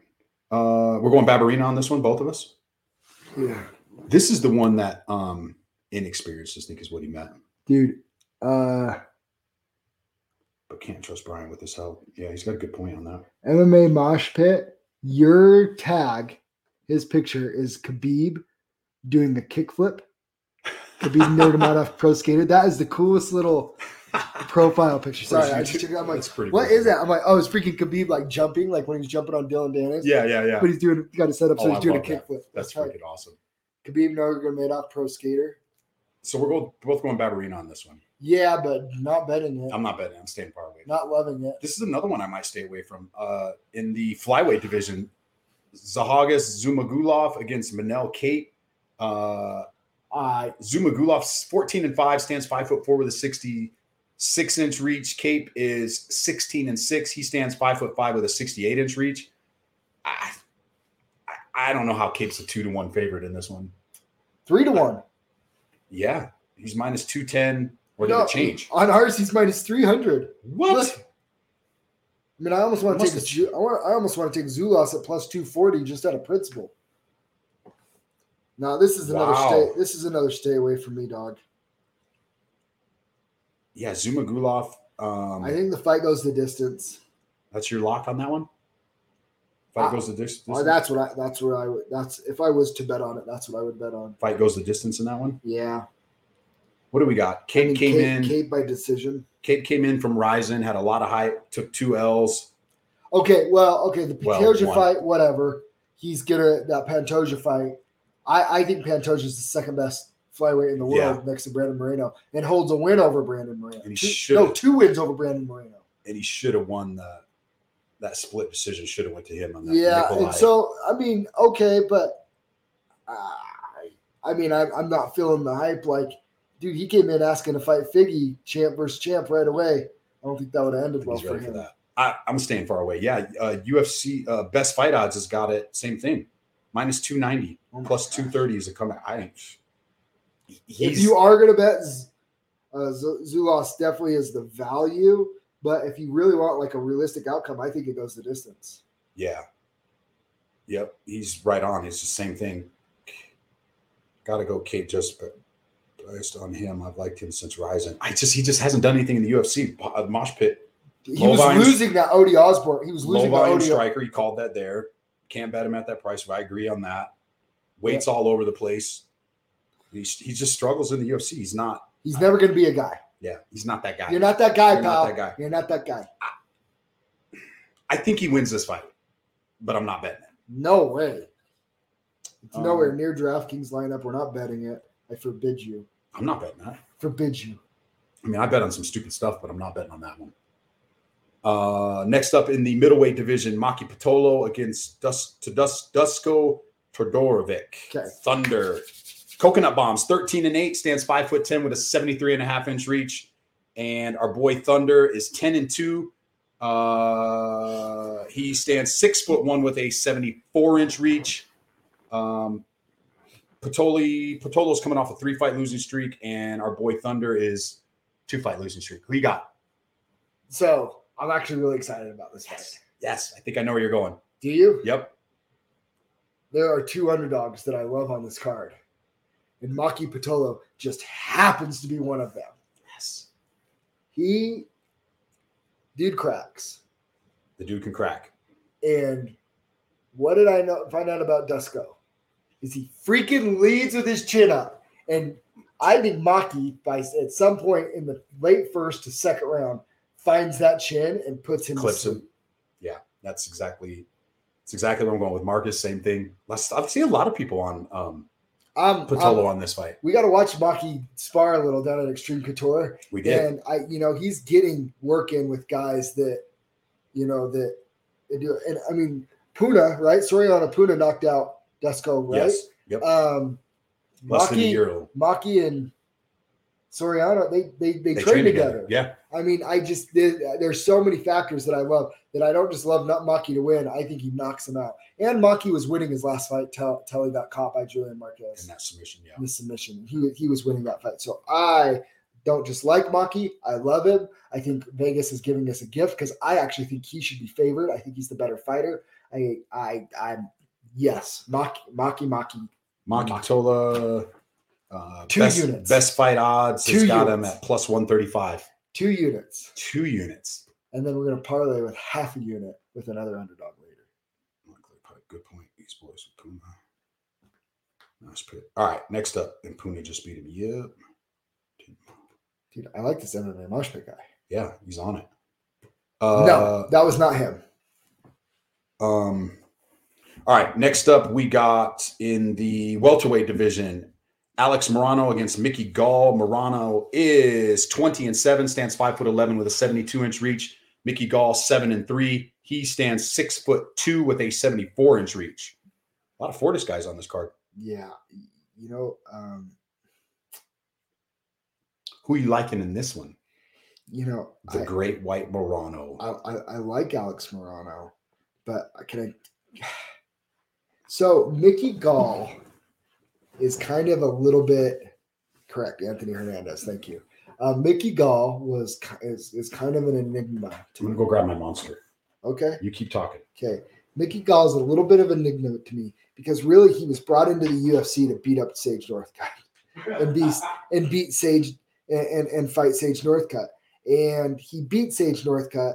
Uh, we're going Babarina on this one, both of us. Yeah, This is the one that um inexperienced, I think, is what he meant. dude. Uh, But can't trust Brian with his help. Yeah, he's got a good point on that. MMA mosh pit. Your tag, his picture is Khabib doing the kickflip. Khabib Nurmagomedov pro skater. That is the coolest little profile picture. Sorry, I just took it. I'm like, That's pretty what cool. is that? I'm like, oh, it's freaking Khabib like jumping, like when he's jumping on Dylan Dennis. Yeah, yeah, yeah. but he's doing got it set up, so Oh, he's I doing a love that. kickflip. That's right. freaking awesome. Khabib Nurmagomedov pro skater. So we're go- both going Babarina on this one. Yeah, but not betting it. I'm not betting. I'm staying far away. not loving it. This is another one I might stay away from. Uh, in the flyweight division, Zahagas Zumagulov against Manel Kate. Uh, I Zumagulov's 14 and 5, stands 5 foot 4 with a 66 inch reach. Cape is 16 and 6. He stands 5 foot 5 with a 68 inch reach. I, I, I don't know how Cape's a 2 to 1 favorite in this one. three to one. Yeah, he's minus 210. Or did No. it change? On ours, he's minus three hundred. What? Look. I mean, I almost want to Must take. have- Zu- I want. I almost want to take Zulos at plus two forty just out of principle. Now this is another Wow. stay. This is another stay away from me, dog. Yeah, Zuma Gulov. Um, I think the fight goes the distance. that's your lock on that one. Fight Ah. goes the dis- Or distance. that's what I. That's where I would. That's if I was to bet on it. That's what I would bet on. Fight goes the distance in that one. Yeah. What do we got? I Kate mean, came Kate- in. Kate. Kate by decision. came in from Ryzen. Had a lot of hype. Took two L's. Okay, well, okay, the Well, Pantoja one. fight, whatever. He's gonna that Pantoja fight. I, I think Pantoja's the second best flyweight in the world next to Brandon Moreno and holds a win over Brandon Moreno. And he Two- should. no, two wins over Brandon Moreno. and he should have won the that split decision should have went to him on that. yeah, Nikolai. and so I mean, okay, but uh, I mean, I'm I'm not feeling the hype. Like, dude, he came in asking to fight Figgy champ versus champ right away. I don't think that would have I ended think well he's for ready for him. that. I, I'm staying far away. Yeah, uh, UFC uh, best fight odds has got it. Same thing, minus two ninety, Oh my plus God. two thirty is a comeback. I ain't. if He's you are going to bet, Z- uh, Z- Zulos definitely is the value. But if you really want like a realistic outcome, I think it goes the distance. yeah, yep. He's right on. It's the same thing. Got to go, Kate. Just but based on him, I've liked him since Rising. I just he just hasn't done anything in the UFC. Po- uh, Mosh pit He Low was volume- losing that Odie Osborne. He was low losing the volume Odie. striker. He called that there. Can't bet him at that price. But I agree on that. Weights all over the place. He, he just struggles in the UFC. He's not. He's never going to be a guy. Yeah, he's not that guy. You're not that guy, You're not pal. that guy. You're not that guy. I think he wins this fight, but I'm not betting it. No way. It's Um, nowhere near DraftKings lineup. We're not betting it. I forbid you. I'm not betting that. Forbid you. I mean, I bet on some stupid stuff, but I'm not betting on that one. Uh, next up in the middleweight division, Maki Patolo against Dus to Dus Dusko Todorovic. Okay. Thunder. Coconut Bombs, 13 and 8, stands 5 foot 10 with a 73 and a half inch reach. And our boy Thunder is 10 and 2. Uh, he stands 6 foot 1 with a 74 inch reach. Um, Patoli Patolo's coming off a three fight losing streak, and our boy Thunder is two fight losing streak. Who you got? So I'm actually really excited about this. fight. Yes, I think I know where you're going. Do you? Yep. There are two underdogs that I love on this card. And Maki Patolo just happens to be one of them. Yes. He dude cracks. The dude can crack. And what did I know, find out about Dusko? Is he freaking leads with his chin up? And I think Maki by at some point in the late first to second round finds that chin and puts him to Clips him. sleep. Yeah, that's exactly that's exactly where I'm going with Marcus. Same thing. Last, I've seen a lot of people on um I'm, Patolo I'm- on this fight. we got to watch Maki spar a little down at Extreme Couture. We did. And I, you know, he's getting work in with guys that, you know, that they do. And I mean, Puna, right? Soriano Puna knocked out Dusko, right? Yes. Yep. Um, Less than a Maki, year old. Maki and Soriano, they they they, They train, train together. Yeah. I mean, I just there- there's so many factors that I love that I don't just love not Maki to win. I think he knocks him out. And Maki was winning his last fight, tell, telling that caught by Julian Marquez And that submission. Yeah. in the submission. He he was winning that fight. So I don't just like Maki. I love him. I think Vegas is giving us a gift because I actually think he should be favored. I think he's the better fighter. I I I'm yes, Maki Maki Maki. Maki Patolo. Uh, Two best, units. Best fight odds. He's Two got him units. at plus 135. Two units. Two units. And then we're gonna parlay with half a unit with another underdog later. Good point. These boys with Puna. Nice pit. All right. Next up. And Puna just beat him. Yep. Dude, I like this MMA mosh pit guy. Yeah. He's on it. Uh, no, that was not him. Um, all right. Next up, we got in the welterweight division, Alex Morano against Mickey Gall. Morano is 20 and 7, stands 5 foot 11 with a 72 inch reach. Mickey Gall, 7 and 3. He stands 6 foot 2 with a 74 inch reach. A lot of Fortis guys on this card. Yeah. You know, um, Who you liking in this one? you know, The I- great white Morano. I, I, I like Alex Morano, but I- can I? So Mickey Gall is kind of a little bit correct. Anthony Hernandez, thank you. Uh, Mickey Gall was ki- is, is kind of an enigma. I'm gonna go grab my monster. Okay. You keep talking. Okay. Mickey Gall is a little bit of an enigma to me because really he was brought into the UFC to beat up Sage Northcutt and beat and beat Sage and, and, and fight Sage Northcutt. And he beat Sage Northcutt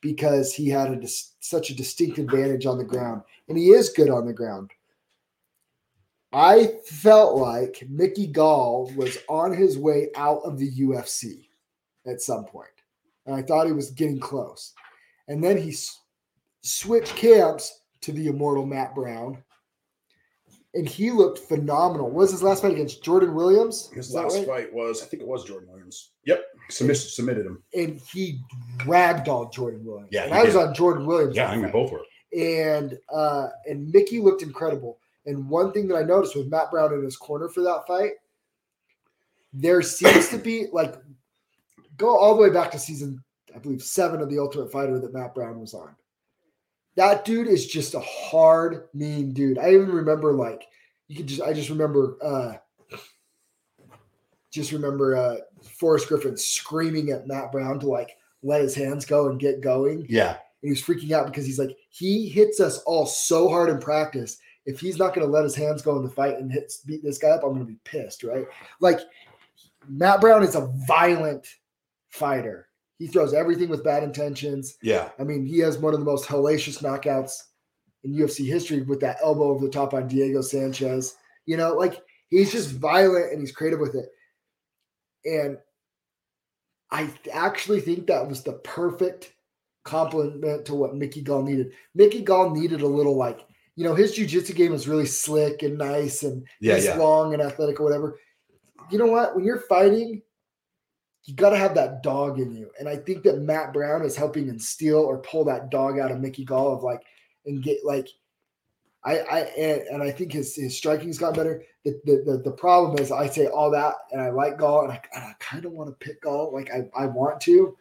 because he had a dis- such a distinct advantage on the ground, and he is good on the ground. I felt like Mickey Gall was on his way out of the UFC at some point, and I thought he was getting close. And then he s- switched camps to the immortal Matt Brown, and he looked phenomenal. What was his last fight against Jordan Williams? His Is that last right? fight was, I think it was Jordan Williams. Yep, submitted submitted him. and he ragdolled Jordan Williams. Yeah, and he I was did. on Jordan Williams. Yeah, that I think we fight. both were. And uh, and Mickey looked incredible. And one thing that I noticed with Matt Brown in his corner for that fight, there seems to be like go all the way back to season, I believe seven of the Ultimate Fighter that Matt Brown was on. That dude is just a hard, mean dude. I even remember like you could just I just remember uh just remember uh Forrest Griffin screaming at Matt Brown to like let his hands go and get going Yeah, and he was freaking out because he's like, he hits us all so hard in practice. If he's not going to let his hands go in the fight and hit beat this guy up, I'm going to be pissed, right? Like Matt Brown is a violent fighter. He throws everything with bad intentions. yeah. I mean, he has one of the most hellacious knockouts in UFC history with that elbow over the top on Diego Sanchez. You know, like he's just violent and he's creative with it. And I th- actually think that was the perfect compliment to what Mickey Gall needed. Mickey Gall needed a little like, you know, his jujitsu game is really slick and nice and Yeah, he's yeah. long and athletic or whatever. You know what? When you're fighting, you got to have that dog in you. And I think that Matt Brown is helping instill or pull that dog out of Mickey Gall of like, and get like, I, I, and, and I think his, his striking's gotten better. The, the, the, the problem is I say all that and I like Gall and I, and I kind of want to pick Gall. Like I, I want to,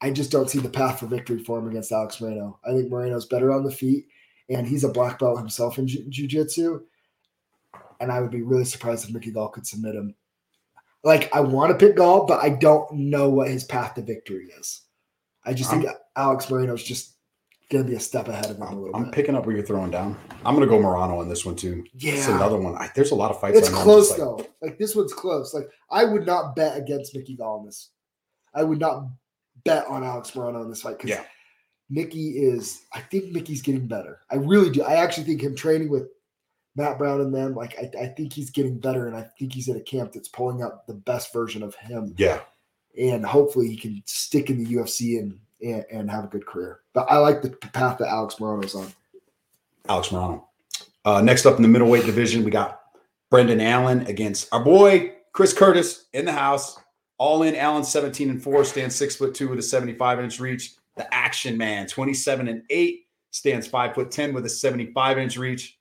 I just don't see the path for victory for him against Alex Moreno. I think Moreno's better on the feet and he's a black belt himself in ju- jujitsu. And I would be really surprised if Mickey Gall could submit him like I want to pick Gall, but I don't know what his path to victory is. I just think Alex Moreno's just gonna be a step ahead of him a I'm, little I'm bit. picking up what you're throwing down. I'm gonna go Morano on this one too. It's yeah, another one. I, there's a lot of fights. it's I'm just close like, though. Like this one's close. Like I would not bet against Mickey Gall in this. I would not bet on Alex Moreno in this fight because Yeah. Mickey is. I think Mickey's getting better. I really do. I actually think him training with Matt Brown and them, like I, I think he's getting better, and I think he's at a camp that's pulling out the best version of him. Yeah, and hopefully he can stick in the UFC and and, and have a good career. But I like the p- path that Alex Moreno's on. Alex Morano. Uh, next up in the middleweight division, we got Brendan Allen against our boy Chris Curtis in the house. All in, Allen 17 and 4, stands 6 foot 2 with a 75 inch reach. The action man 27 and 8, stands 5 foot 10 with a 75 inch reach.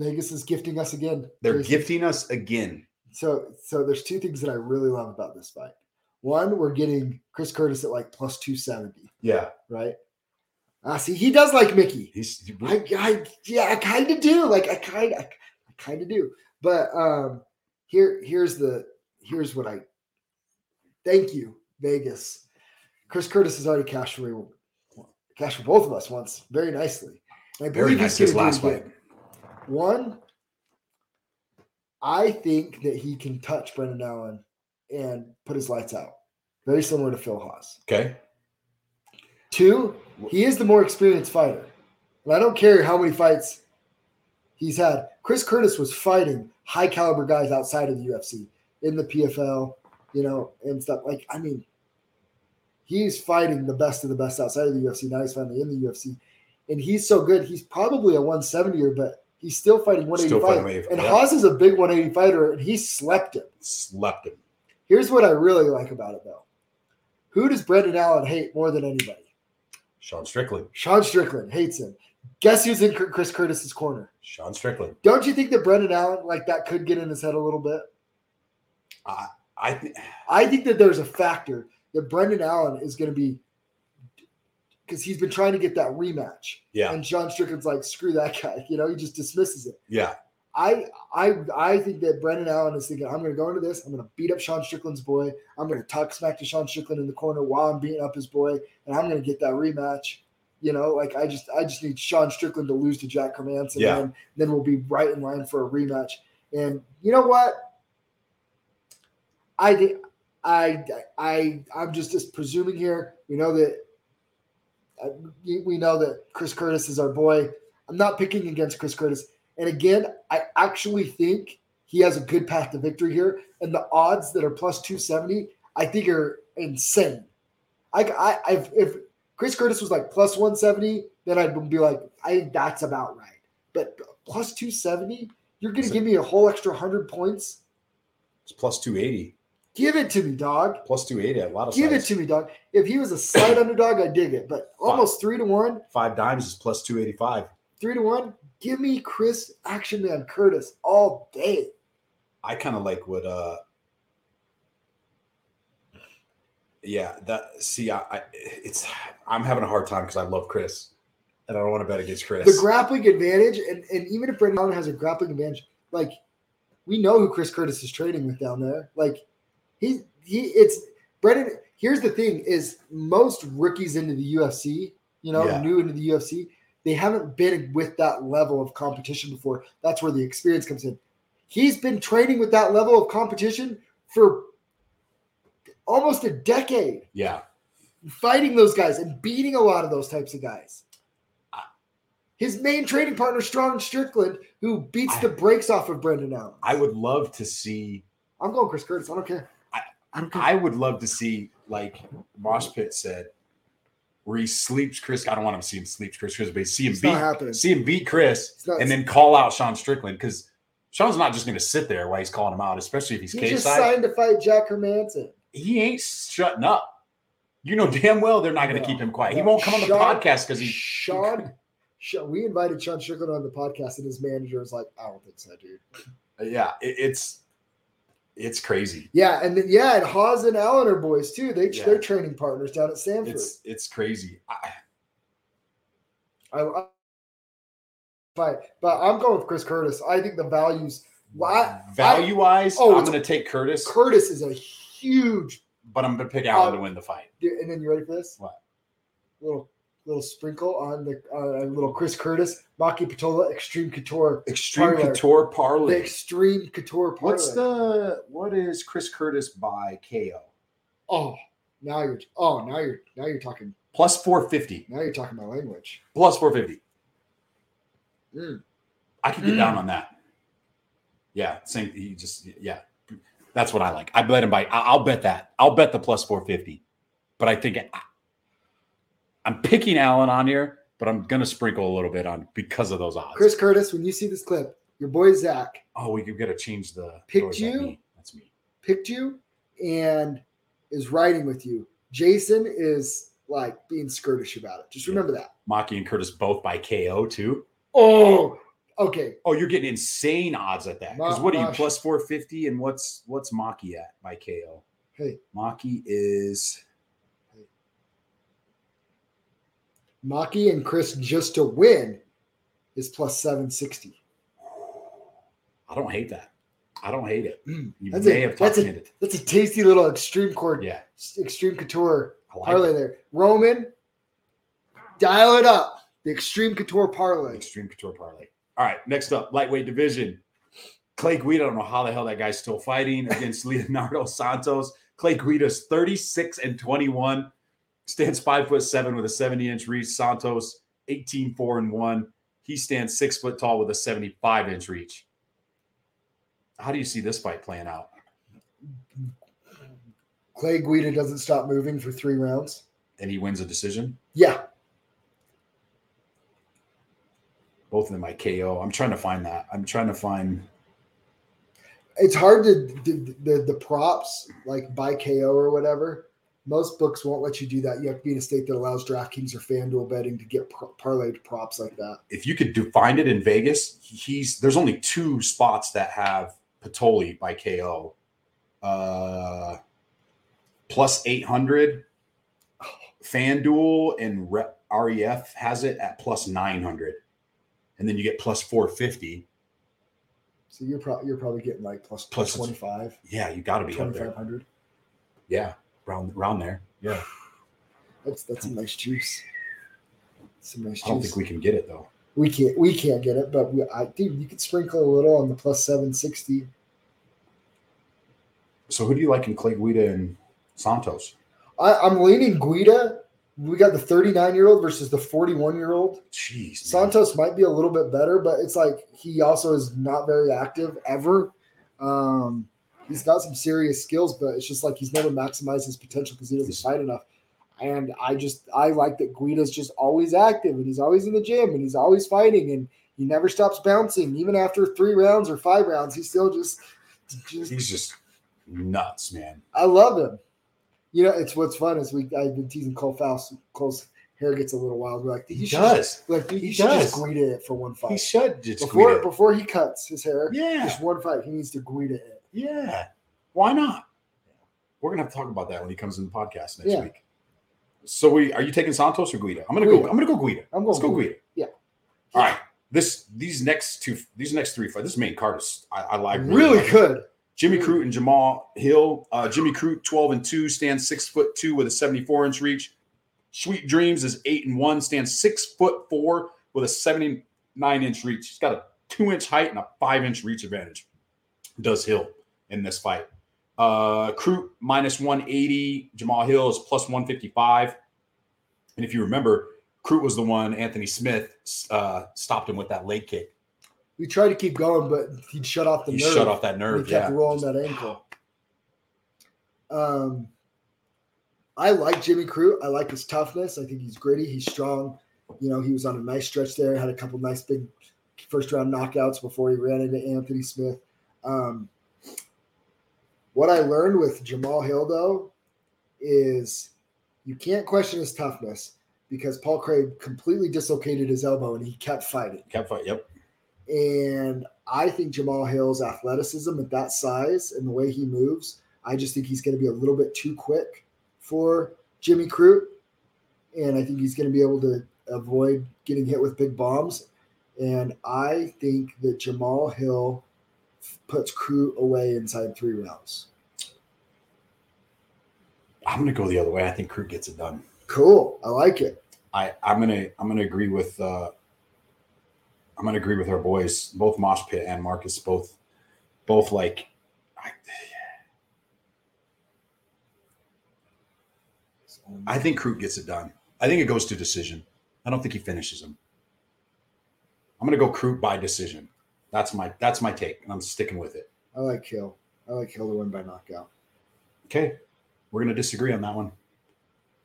Vegas is gifting us again. They're Jason. gifting us again. So so there's two things that I really love about this fight. One, we're getting Chris Curtis at like plus two seventy, Yeah. right? Ah, see, he does like Mickey. He's I, I yeah, I kind of do. Like I kind I, I kind of do. But um here here's the here's what I thank you Vegas. Chris Curtis has already cashed for me cashed for both of us once very nicely. And I very believe nice he's his gonna do last it again. fight. One, I think that he can touch Brendan Allen and put his lights out. Very similar to Phil Haas. Okay. Two, he is the more experienced fighter. And I don't care how many fights he's had. Chris Curtis was fighting high caliber guys outside of the UFC in the PFL, you know, and stuff. Like, I mean, he's fighting the best of the best outside of the UFC. Now he's finally in the UFC. And he's so good. He's probably a 170 er, but he's still fighting 185. Still fighting 185, and yeah. Haas is a big 180 fighter, er, and he slept him. Slept him. Here's what I really like about it, though. Who does Brendan Allen hate more than anybody? Sean Strickland. Sean Strickland hates him. Guess who's in Cr- Chris Curtis's corner? Sean Strickland. Don't you think that Brendan Allen like that could get in his head a little bit? I think I think that there's a factor that Brendan Allen is going to be because he's been trying to get that rematch, yeah. and Sean Strickland's like, "Screw that guy," you know, he just dismisses it. Yeah. I I I think that Brendan Allen is thinking, I'm gonna go into this, I'm gonna beat up Sean Strickland's boy, I'm gonna talk smack to Sean Strickland in the corner while I'm beating up his boy, and I'm gonna get that rematch. You know, like I just I just need Sean Strickland to lose to Jack Comanche, Yeah. and then, then we'll be right in line for a rematch. And you know what? I think I I I'm just, just presuming here. We know that I, we know that Chris Curtis is our boy. I'm not picking against Chris Curtis. And again, I actually think he has a good path to victory here. And the odds that are plus 270, I think are insane. I, I, I've, if Chris Curtis was like plus 170, then I'd be like, I think that's about right. But plus 270, you're going to give me a whole extra 100 points? It's plus 280. Give it to me, dog. Plus 280 at a lot of Give it sites. to me, dog. If he was a slight underdog, I dig it. But almost three to one, Five dimes is plus 285. three to one. Give me Chris Action Man Curtis all day. I kind of like what uh Yeah, that see I, I it's I'm having a hard time cuz I love Chris and I don't want to bet against Chris. The grappling advantage, and, and even if Brendan Allen has a grappling advantage, like we know who Chris Curtis is trading with down there. Like he he it's Brendan. Here's the thing: is most rookies into the UFC, you know, Yeah. new into the UFC, they haven't been with that level of competition before. That's where the experience comes in. He's been training with that level of competition for almost a decade, yeah. fighting those guys and beating a lot of those types of guys. I- His main training partner, Strong Strickland, who beats I- the brakes off of Brendan Allen. I would love to see I'm going Chris Curtis. I don't care. I don't care. I would love to see like Mosh Pit said where he sleeps Chris. I don't want him to see him sleep Chris Chris, but see him It's beat not happening. see him beat Chris It's not- and then call out Sean Strickland because Sean's not just going to sit there while he's calling him out, especially if he's he cage just side. signed to fight Jack Hermanson. He ain't shutting up. You know damn well they're not going to No, keep him quiet. He no. won't come on the Sean- podcast because he. Sean, Sean, we invited Sean Strickland on the podcast, and his manager was like, "I don't think so, dude." Yeah, it, it's it's crazy. Yeah, and then yeah, and Hawes and Allen are boys too. They Yeah. they're training partners down at Sanford. It's it's crazy. I, I, I fight, but I'm going with Chris Curtis. I think the values. Why- value wise? oh, I'm it's- going to take Curtis, Curtis is a huge but I'm going to pick Allen Um, to win the fight. Yeah, and then you ready for this? What? Little little sprinkle on the uh, little Chris Curtis, Maki Patola, Extreme Couture, Extreme Parlay. Couture the Parlay. Extreme Couture parlay. What's the what is Chris Curtis by KO? Oh, now you're oh now you're now you're talking Plus four fifty. now you're talking my language. Plus four fifty. Mm. I could get Mm. down on that. Yeah, same. He just yeah, that's what I like. I bet him by. I- I'll bet that. I'll bet the plus four fifty. But I think I, I'm picking Allen on here, but I'm gonna sprinkle a little bit on because of those odds. Chris Curtis, when you see this clip, your boy Zach oh, we could gotta change the. Picked oh, is that you? me? That's me. picked you and is riding with you. Jason is like being skirtish about it. Just Yeah. remember that. Maki and Curtis both by KO too. Oh, okay. Oh, you're getting insane odds at that. Because Ma- what are you Mosh. plus four fifty? And what's what's Maki at by KO? Hey. Maki is Maki and Chris just to win is plus seven sixty. I don't hate that. I don't hate it. Mm, You that's may a- have that's a- talked it. That's a tasty little extreme cord, Yeah. extreme couture I like parlay there. Roman, dial it up. The extreme couture it. parlay. Extreme Couture Parlay. All right. Next up, lightweight division. Clay Guida. I don't know how the hell that guy's still fighting against Leonardo Santos. Clay Guida's 36 and 21, stands five foot seven with a 70 inch reach. Santos 18, four and one. He stands six foot tall with a 75 inch reach. How do you see this fight playing out? Clay Guida doesn't stop moving for three rounds. And he wins a decision. Yeah, Both of them by KO. I'm trying to find that. I'm trying to find. it's hard to the the, the props like by KO or whatever. Most books won't let you do that. You have to be in a state that allows DraftKings or FanDuel betting to get par- parlayed props like that. if you could do, find it in Vegas, he's there's only two spots that have Patoli by KO, uh, plus eight hundred. FanDuel and Re- E REF has it at plus nine hundred, and then you get plus four fifty. So you're probably you're probably getting like plus Plus plus it's- twenty five, Yeah, you got to be up twenty five there. hundred. Yeah, round round there. Yeah, That's that's some nice juice. Some nice I don't juice. think We, we can get it though. can't we can't get it, but we, I dude, you could sprinkle a little on the plus seven sixty. So who do you like in Clay Guida and Santos? I, I'm leaning Guida. We got the 39 year old versus the 41 year old. Jeez, man. Santos might be a little bit better, but it's like he also is not very active ever. Um, he's got some serious skills, but it's just like he's never maximized his potential because he doesn't fight enough. And I just I like that Guida's just always active and he's always in the gym and he's always fighting and he never stops bouncing. Even after three rounds or five rounds, he still just, just he's just nuts, man. I love him. You know, it's what's fun is we I've been teasing Cole Faust. Cole's hair gets a little wild. We're like, He, you should just- does. Like, dude, He you should just does. Guida it for one He fight should just before Guida. before he cuts his hair. Yeah, Just one fight, he needs to Guida it. yeah. Why not? We're gonna have to talk about that when he comes in the podcast next Yeah. week. So we are you taking Santos or Guida? I'm gonna go. Guida. I'm gonna go Guida. I'm going Let's go Guida. Guida. Yeah. All right. This these next two these next three fights. This main card is I, I like really like it. good. Hmm. Jimmy Crute and Jamal Hill. Uh, Jimmy Crute, 12 and 2, stands six foot two with a 74 inch reach. Sweet Dreams is eight and one, stands six foot four with a 79 inch reach. He's got a two inch height and a five inch reach advantage. Does Hill in this fight? Uh, Crute minus 180. Jamal Hill is plus 155. And if you remember, Crute was the one Anthony Smith uh, stopped him with that leg kick. We tried to keep going, but he'd shut off the He nerve. shut off that and nerve. He kept yeah. rolling that ankle. Um, I like Jimmy Crute. I like his toughness. I think he's gritty. He's strong. You know, he was on a nice stretch there. Had a couple nice big first round knockouts before he ran into Anthony Smith. Um, what I learned with Jamal Hill though is you can't question his toughness because Paul Craig completely dislocated his elbow and he kept fighting. Kept fight. Yep. And I think Jamal Hill's athleticism at that size and the way he moves, I just think he's going to be a little bit too quick for Jimmy Crute. And I think he's going to be able to avoid getting hit with big bombs. And I think that Jamal Hill f- puts Crute away inside three rounds. I'm gonna go the other way. I think Crute gets it done. Cool. I like it. I I'm gonna I'm gonna agree with uh, I'm gonna agree with our boys, both Mosh Pit and Marcus, both both like. I, I think Crute gets it done. I think it goes to decision. I don't think he finishes him. I'm gonna go Crute by decision. That's my that's my take, and I'm sticking with it. I like Hill. I like Hill to win by knockout. Okay, we're gonna disagree on that one.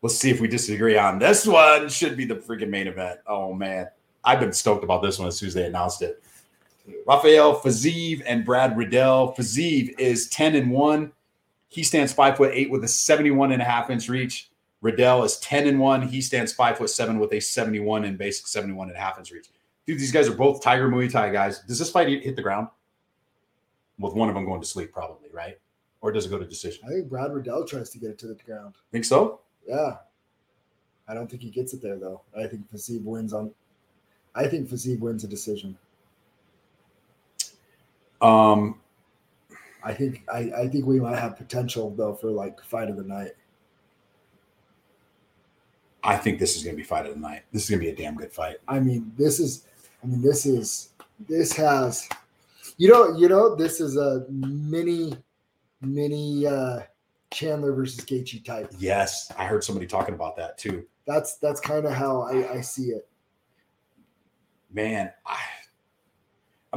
Let's see if we disagree on this one. Should be the freaking main event. Oh man, I've been stoked about this one as soon as they announced it. Rafael Fazeev and Brad Riddell. Fazeev is 10 and 1. He stands 5 foot 8 with a 71 and a half inch reach. Riddell is 10 and 1. He stands 5 foot 7 with a 71 and basic 71 and a half inch reach. Dude, these guys are both Tiger Muay Thai guys. Does this fight hit the ground? With one of them going to sleep, probably, right? Or does it go to decision? I think Brad Riddell tries to get it to the ground. Think so? Yeah. I don't think he gets it there though. I think Fasib wins on I think Fasib wins a decision. Um, I think I, I think we might have potential though for like fight of the night. I think this is going to be fight of the night. This is going to be a damn good fight. I mean, this is I mean this is this has you know you know this is a mini mini uh Chandler versus Gaethje type. Yes, I heard somebody talking about that too. That's that's kind of how I, I see it. man, I,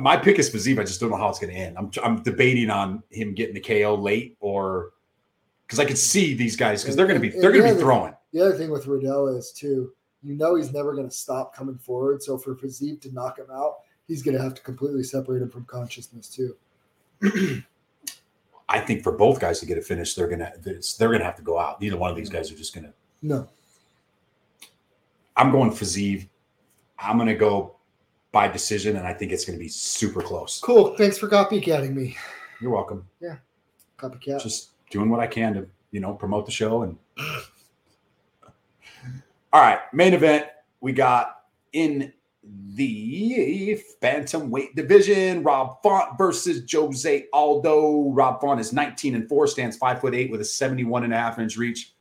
my pick is Fazeev. I just don't know how it's going to end. I'm I'm debating on him getting the KO late or because I could see these guys because they're going to be they're going to Yeah, be the- throwing. The other thing with Riddell is too, you know, he's never going to stop coming forward. So for Fazeev to knock him out, he's going to have to completely separate him from consciousness too. I think for both guys to get it finished, they're gonna it's- they're gonna have to go out. Neither one of these guys are just gonna. No, I'm going Fazeev. I'm gonna go by decision, and I think it's gonna be super close. cool. Thanks for copycatting me. You're welcome. Copycat. Just doing what I can to you know promote the show and. All right, main event. We got in the bantamweight division. Rob Font versus Jose Aldo. Rob Font is 19 and 4, stands 5 foot 8 with a 71 and a half inch reach.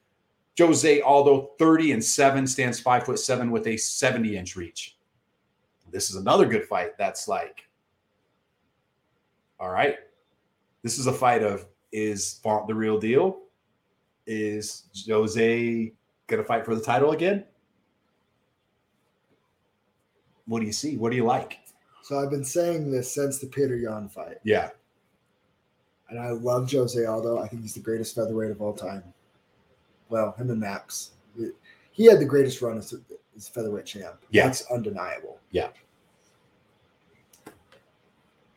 Jose Aldo 30 and 7, stands 5 foot 7 with a 70 inch reach. This is another good fight. That's like, all right. This is a fight of is Font the real deal? Is Jose gonna fight for the title again? What do you see? What do you like? So I've been saying this since the Peter Yan fight, Yeah, and I love Jose Aldo. I think he's the greatest featherweight of all time. Well, him and Max, he had the greatest run as, as featherweight champ. Yeah. that's undeniable. Yeah.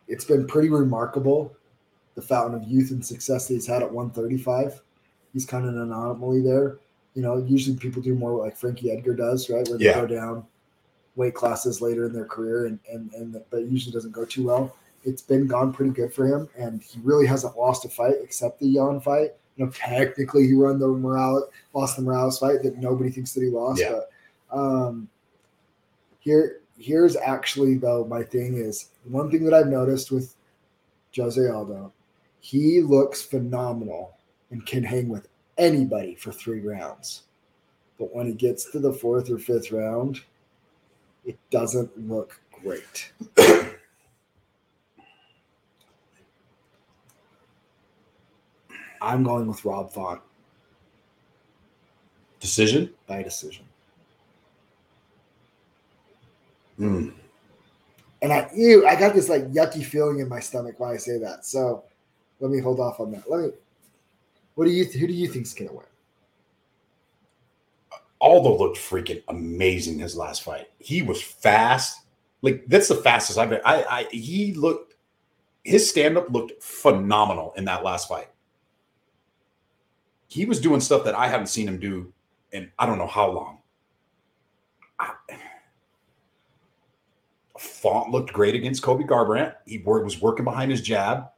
it's been pretty remarkable the fountain of youth and success that he's had at 135. He's kind of an anomaly there. You know, usually people do more like Frankie Edgar does, right? Where they Yeah. go down weight classes later in their career and and and but it usually doesn't go too well. It's been gone pretty good for him, and he really hasn't lost a fight except the Yan fight. You know, technically he won the Morales, lost the Morales fight that nobody thinks that he lost. Yeah. But um, here, here's actually though my thing is one thing that I've noticed with Jose Aldo, he looks phenomenal and can hang with anybody for three rounds. But when it gets to the fourth or fifth round, it doesn't look great. I'm going with Rob Font decision. by decision. Mm. And I ew, I got this like yucky feeling in my stomach while I say that. So let me hold off on that. Let me what do you who do you think's gonna win? Aldo looked freaking amazing his last fight. He was fast. Like that's the fastest I've been. I, I he looked his stand up looked phenomenal in that last fight. He was doing stuff that I haven't seen him do in I don't know how long. I, Font looked great against Kobe Garbrandt. He wor- was working behind his jab.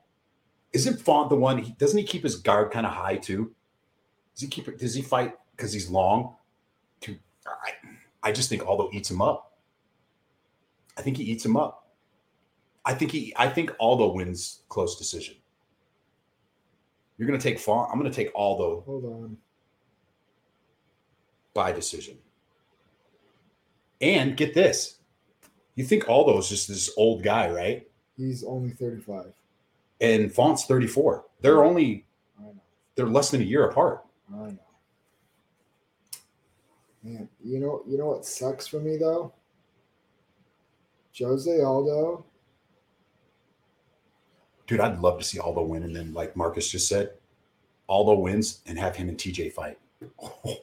Isn't Font the one? He, doesn't he keep his guard kind of high too? Does he keep it? Does he fight because he's long? To I, I just think Aldo eats him up. I think he eats him up. I think he. I think Aldo wins close decision. You're gonna take Font. I'm gonna take Aldo Hold on. by decision. And get this. You think Aldo is just this old guy, right? He's only 35. And Font's 34. They're only I know. they're less than a year apart. I know. Man, you know, you know what sucks for me though? Jose Aldo, Dude, I'd love to see Aldo win. And then, like Marcus just said, Aldo wins and have him and TJ fight. Jose-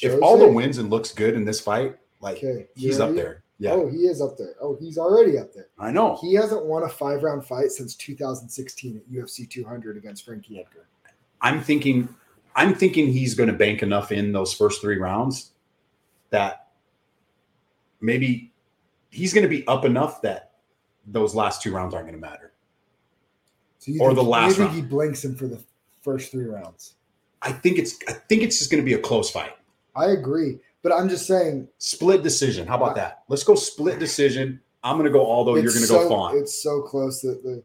If Aldo wins and looks good in this fight, like Okay, you he's up ready? there. Yeah, Oh, he is up there. Oh, he's already up there. I know. He hasn't won a five round fight since 2016 at UFC 200 against Frankie Edgar. I'm thinking, I'm thinking he's going to bank enough in those first three rounds that maybe he's going to be up enough that those last two rounds aren't going to matter. So you Or think- the last you think round. he blinks him for the first three rounds. I think it's, I think it's just going to be a close fight, I agree, but I'm just saying. split decision. How about that? Let's go split decision. I'm going to go Aldo. Oh, You're it's going to go so- Fawn. It's so close that the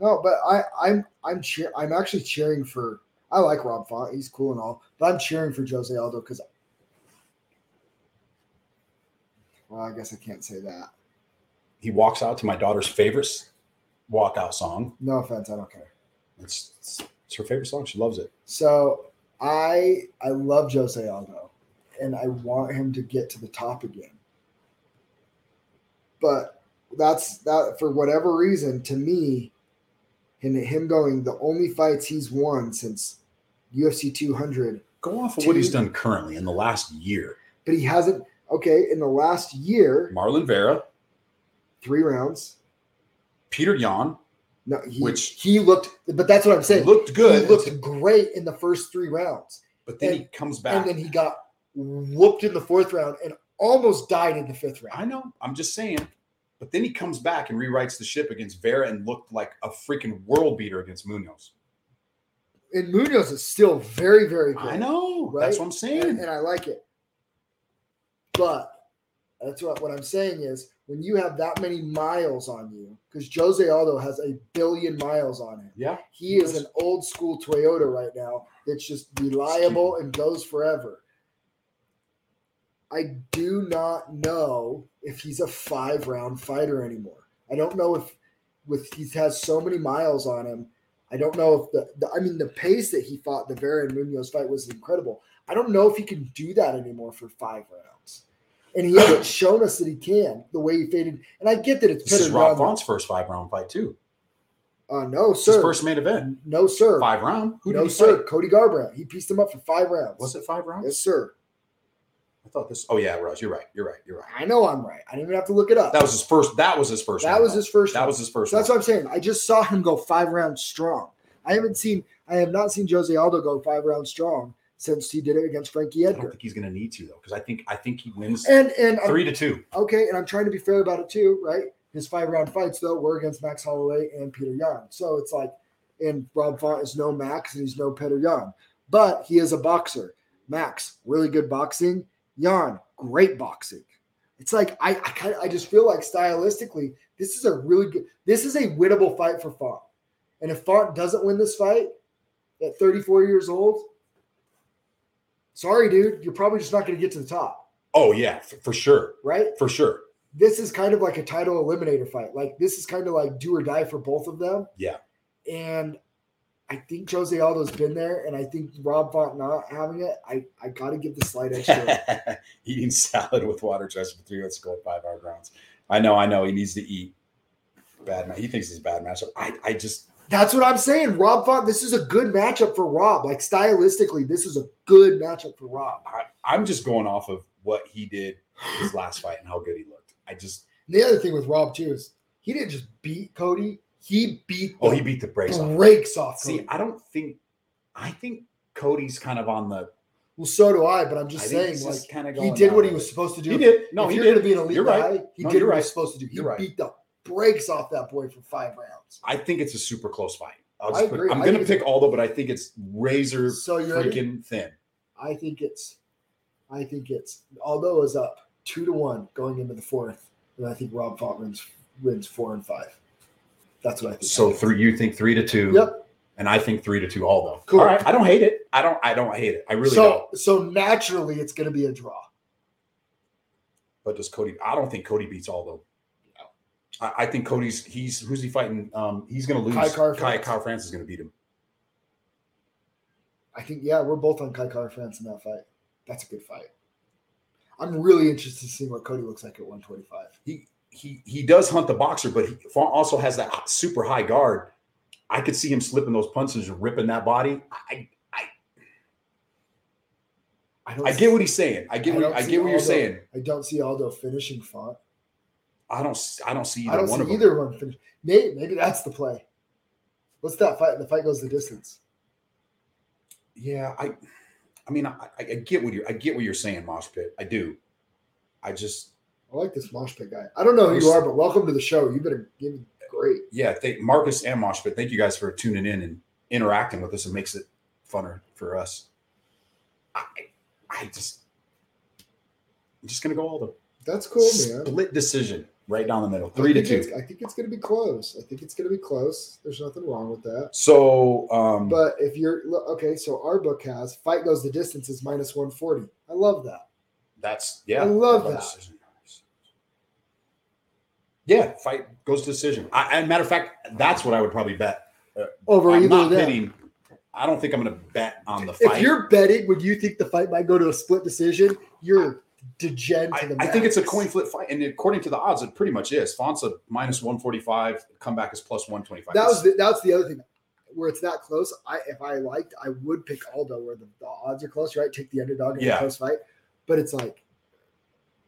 no, but I I'm I'm cheer I'm actually cheering for. I like Rob Font. He's cool and all, but I'm cheering for Jose Aldo because. Well, I guess I can't say that. He walks out to my daughter's favorite s- walkout song. No offense, I don't care. It's, it's, it's her favorite song. She loves it. So I I love Jose Aldo, and I want him to get to the top again. But that's that for whatever reason to me, and him going the only fights he's won since UFC 200, Go off of what he's Dude. done currently in the last year. but he hasn't. Okay, in the last year, Marlon Vera, three rounds. Peter Yan, No, he, Which- he looked, but that's what I'm He saying. looked good. He looked great in the first three rounds. but then he and- comes back. And then he got whooped in the fourth round and almost died in the fifth round. I know. I'm just saying. But then he comes back and rewrites the ship against Vera and looked like a freaking world beater against Munoz. and Munoz is still very, very good. I know. Right? That's what I'm and, saying. and I like it. But That's what, what I'm saying is when you have that many miles on you, because Jose Aldo has a billion miles on it. Yeah. He is an old school Toyota right now that's just reliable and goes forever. I do not know if he's a five round fighter anymore. I don't know if with he has so many miles on him. I don't know if the, the I mean the pace that he fought the Vera and Munoz fight was incredible. I don't know if he can do that anymore for five rounds. And he hasn't shown us that he can the way he faded. And I get that it's This is pitted Rob around- Font's first five round fight too. Uh, no, It's his sir. first main event, no, sir. five round. Who did no, he sir. fight? Cody Garbrandt. He pieced him up for five rounds. Was it five rounds? Yes, sir. I thought this. Oh yeah, it was. You're right. You're right. You're right. I know I'm right. I didn't even have to look it up. That was his first. That was his first. that round was fight. his first. That round. was his first. So that's round. what I'm saying. I just saw him go five rounds strong. I haven't seen. I have not seen Jose Aldo go five rounds strong since he did it against Frankie I don't Edgar. think he's going to need to though, because I think I think he wins And and I'm- three to two. okay, and I'm trying to be fair about it too, right? His five round fights though were against Max Holloway and Peter Yan. So it's like, and Rob Font is no Max and he's no Peter Yan, but he is a boxer. Max, really good boxing. Yan, great boxing. It's like I I kind of I just feel like stylistically, this is a really good. This is a winnable fight for Font, and if Font doesn't win this fight at 34 years old, sorry, dude, you're probably just not going to get to the top, Oh yeah, f- for sure, right? for sure. this is kind of like a title eliminator fight. Like this is kind of like do or die for both of them. Yeah. And I think Jose Aldo's been there, and I think Rob Font not having it, I I gotta give the slight edge to him. Eating salad with water chest for three. Let's go five hour rounds. I know. I know. He needs to eat. Bad. ma- He thinks he's a bad matchup. I. I just. That's what I'm saying. Rob Font, this is a good matchup for Rob. Like stylistically, this is a good matchup for Rob. I, I'm just going off of what he did his last fight and how good he looked. I just. And the other thing with Rob too is he didn't just beat Cody, he beat Oh, the he beat the brakes breaks off. off. See, Cody. I don't think. I think Cody's kind of on the. well, so do I, but I'm just I think saying he's like just kind of he going did down what he with was it. supposed to do. He did. No, if he you're did. going to be an elite You're right. guy, he No, did you're what he right. was supposed to do. He You're right. beat the brakes off that boy for five rounds. I think it's a super close fight. I'll I just put, agree. I'm I going to think pick Aldo, but I think it's razor So you're freaking thin. I think it's I think it's Aldo is up two to one going into the fourth. And I think Rob Font wins wins four and five. That's what I think. So three, you think three to two, Yep. and I think three to two Aldo. Cool. All right, I don't hate it. I don't. I don't hate it. I really so don't. so naturally it's gonna be a draw. But does Cody? I don't think Cody beats Aldo. I, I think Cody's. He's who's he fighting? Um, he's going to lose. Kai Car- Kai, Kyle France is going to beat him. I think yeah, we're both on Kai Car France in that fight. That's a good fight. I'm really interested to see what Cody looks like at 125. He he he does hunt the boxer, but he Font also has that hot- super high guard. I could see him slipping those punches and ripping that body. I don't I get what he's saying. I get I what don't I see get what you're Aldo- saying. I don't see Aldo finishing Font. I don't. s- I don't see either I don't one of see them. either one finish. Maybe, maybe that's the play. What's that fight? The fight goes the distance. Yeah, I. I mean, I, I I get what you're. I get what you're saying, Mosh Pit. I do. I just. I like this mosh pit guy. I don't know who you are, but welcome to the show. You've been you've been great. yeah, thank Marcus and Mosh Pit. Thank you guys for tuning in and interacting with us. It makes it funner for us. I. I just. I'm just gonna go all the That's cool, man. split decision right down the middle, I three to think two. it's- I think it's going to be close. I think it's going to be close. There's nothing wrong with that. So, um, But if you're look, okay, so our book has fight goes the distance is minus 140. I love that. that's yeah. I love Fight that. decision. Yeah, fight goes to decision. I, and matter of fact, that's what I would probably bet. Over I'm either not of them. betting. I don't think I'm going to bet on the If fight. you're betting, would you think the fight might go to a split decision? You're degenerate. I, to the I think it's a max. coin flip fight, and according to the odds, it pretty much is. Font's a minus one forty five. Comeback is plus one twenty five. that was the, that's the other thing where it's that close. I if I liked, I would pick Aldo where the, the odds are close, right? Take the underdog in Yeah. a close fight, but it's like,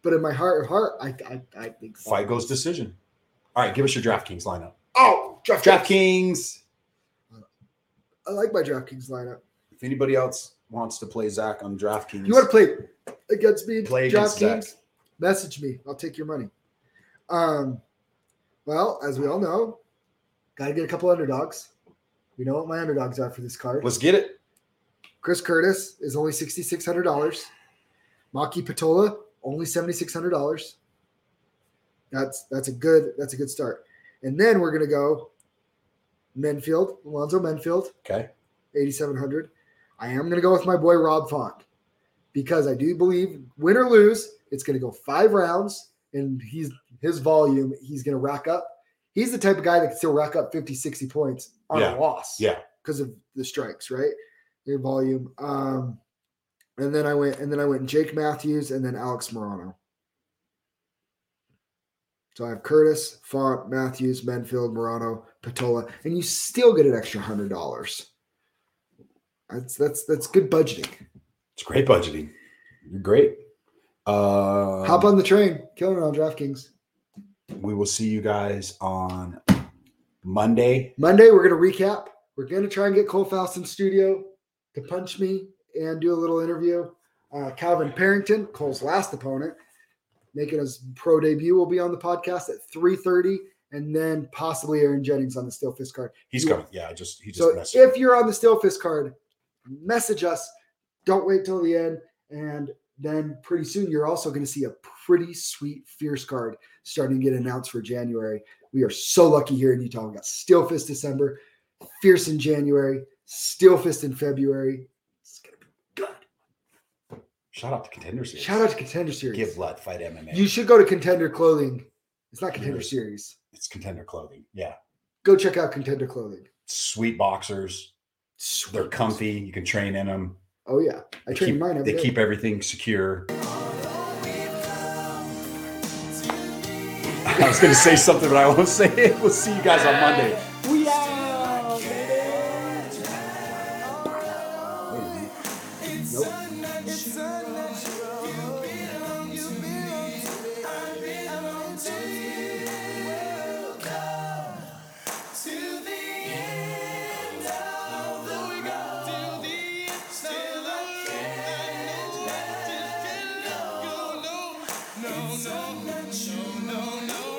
but in my heart of heart, I I, I think so. fight goes decision. All right, give us your DraftKings lineup. Oh, draft, DraftKings. I like my DraftKings lineup. If anybody else wants to play Zach on DraftKings, You want to play against me? play against Zach. DraftKings? Message me. I'll take your money. Um, well, as we all know, gotta get a couple underdogs. We know what my underdogs are for this card. Let's get it. Chris Curtis is only sixty six hundred dollars. Maki Patola only seventy six hundred dollars. That's that's a good that's a good start. And then we're gonna go Menfield, Alonzo Menfield, Okay. eighty seven hundred. I am gonna go with my boy Rob Font because I do believe win or lose, it's gonna go five rounds, and he's his volume, he's gonna rack up. He's the type of guy that can still rack up 50, 60 points on Yeah. a loss Yeah. because of the strikes, right? Their volume. Um, and then I went, and then I went Jake Matthews, and then Alex Morano. So I have Curtis, Font, Matthews, Menfield, Morano, Patola, and you still get an extra hundred dollars. That's that's that's good budgeting. It's great budgeting. You're great. Uh, Hop on the train, killing it on DraftKings. we will see you guys on Monday. Monday we're gonna recap. We're gonna try and get Cole Faust in studio to punch me and do a little interview. Uh, Calvin Parrington, Cole's last opponent, making his pro debut, will be on the podcast at 3:30, and then possibly Aaron Jennings on the Steel Fist card. He's You- coming. Yeah, I just he just So messaged. if you're on the Steel Fist card, message us. Don't wait till the end, and then pretty soon you're also going to see a pretty sweet Fierce card starting to get announced for January. We are so lucky here in Utah. We got Steel Fist December, Fierce in January, Steel Fist in February. It's gonna be good. Shout out to Contender Series. Shout out to Contender Series. Give Blood Fight MMA. You should go to Contender Clothing. It's not Contender Mhm. Series. it's Contender Clothing. Yeah, Go check out Contender Clothing. sweet boxers. They're comfy. You can train in them. Oh yeah, I They train keep, mine every They day. keep everything secure. I was going to say something, but I won't say it. We'll see you guys on Monday. We out. Wait a minute. Nope. To the end of the world. Till the end, till I can't let you go. No, no, no, no, no, no.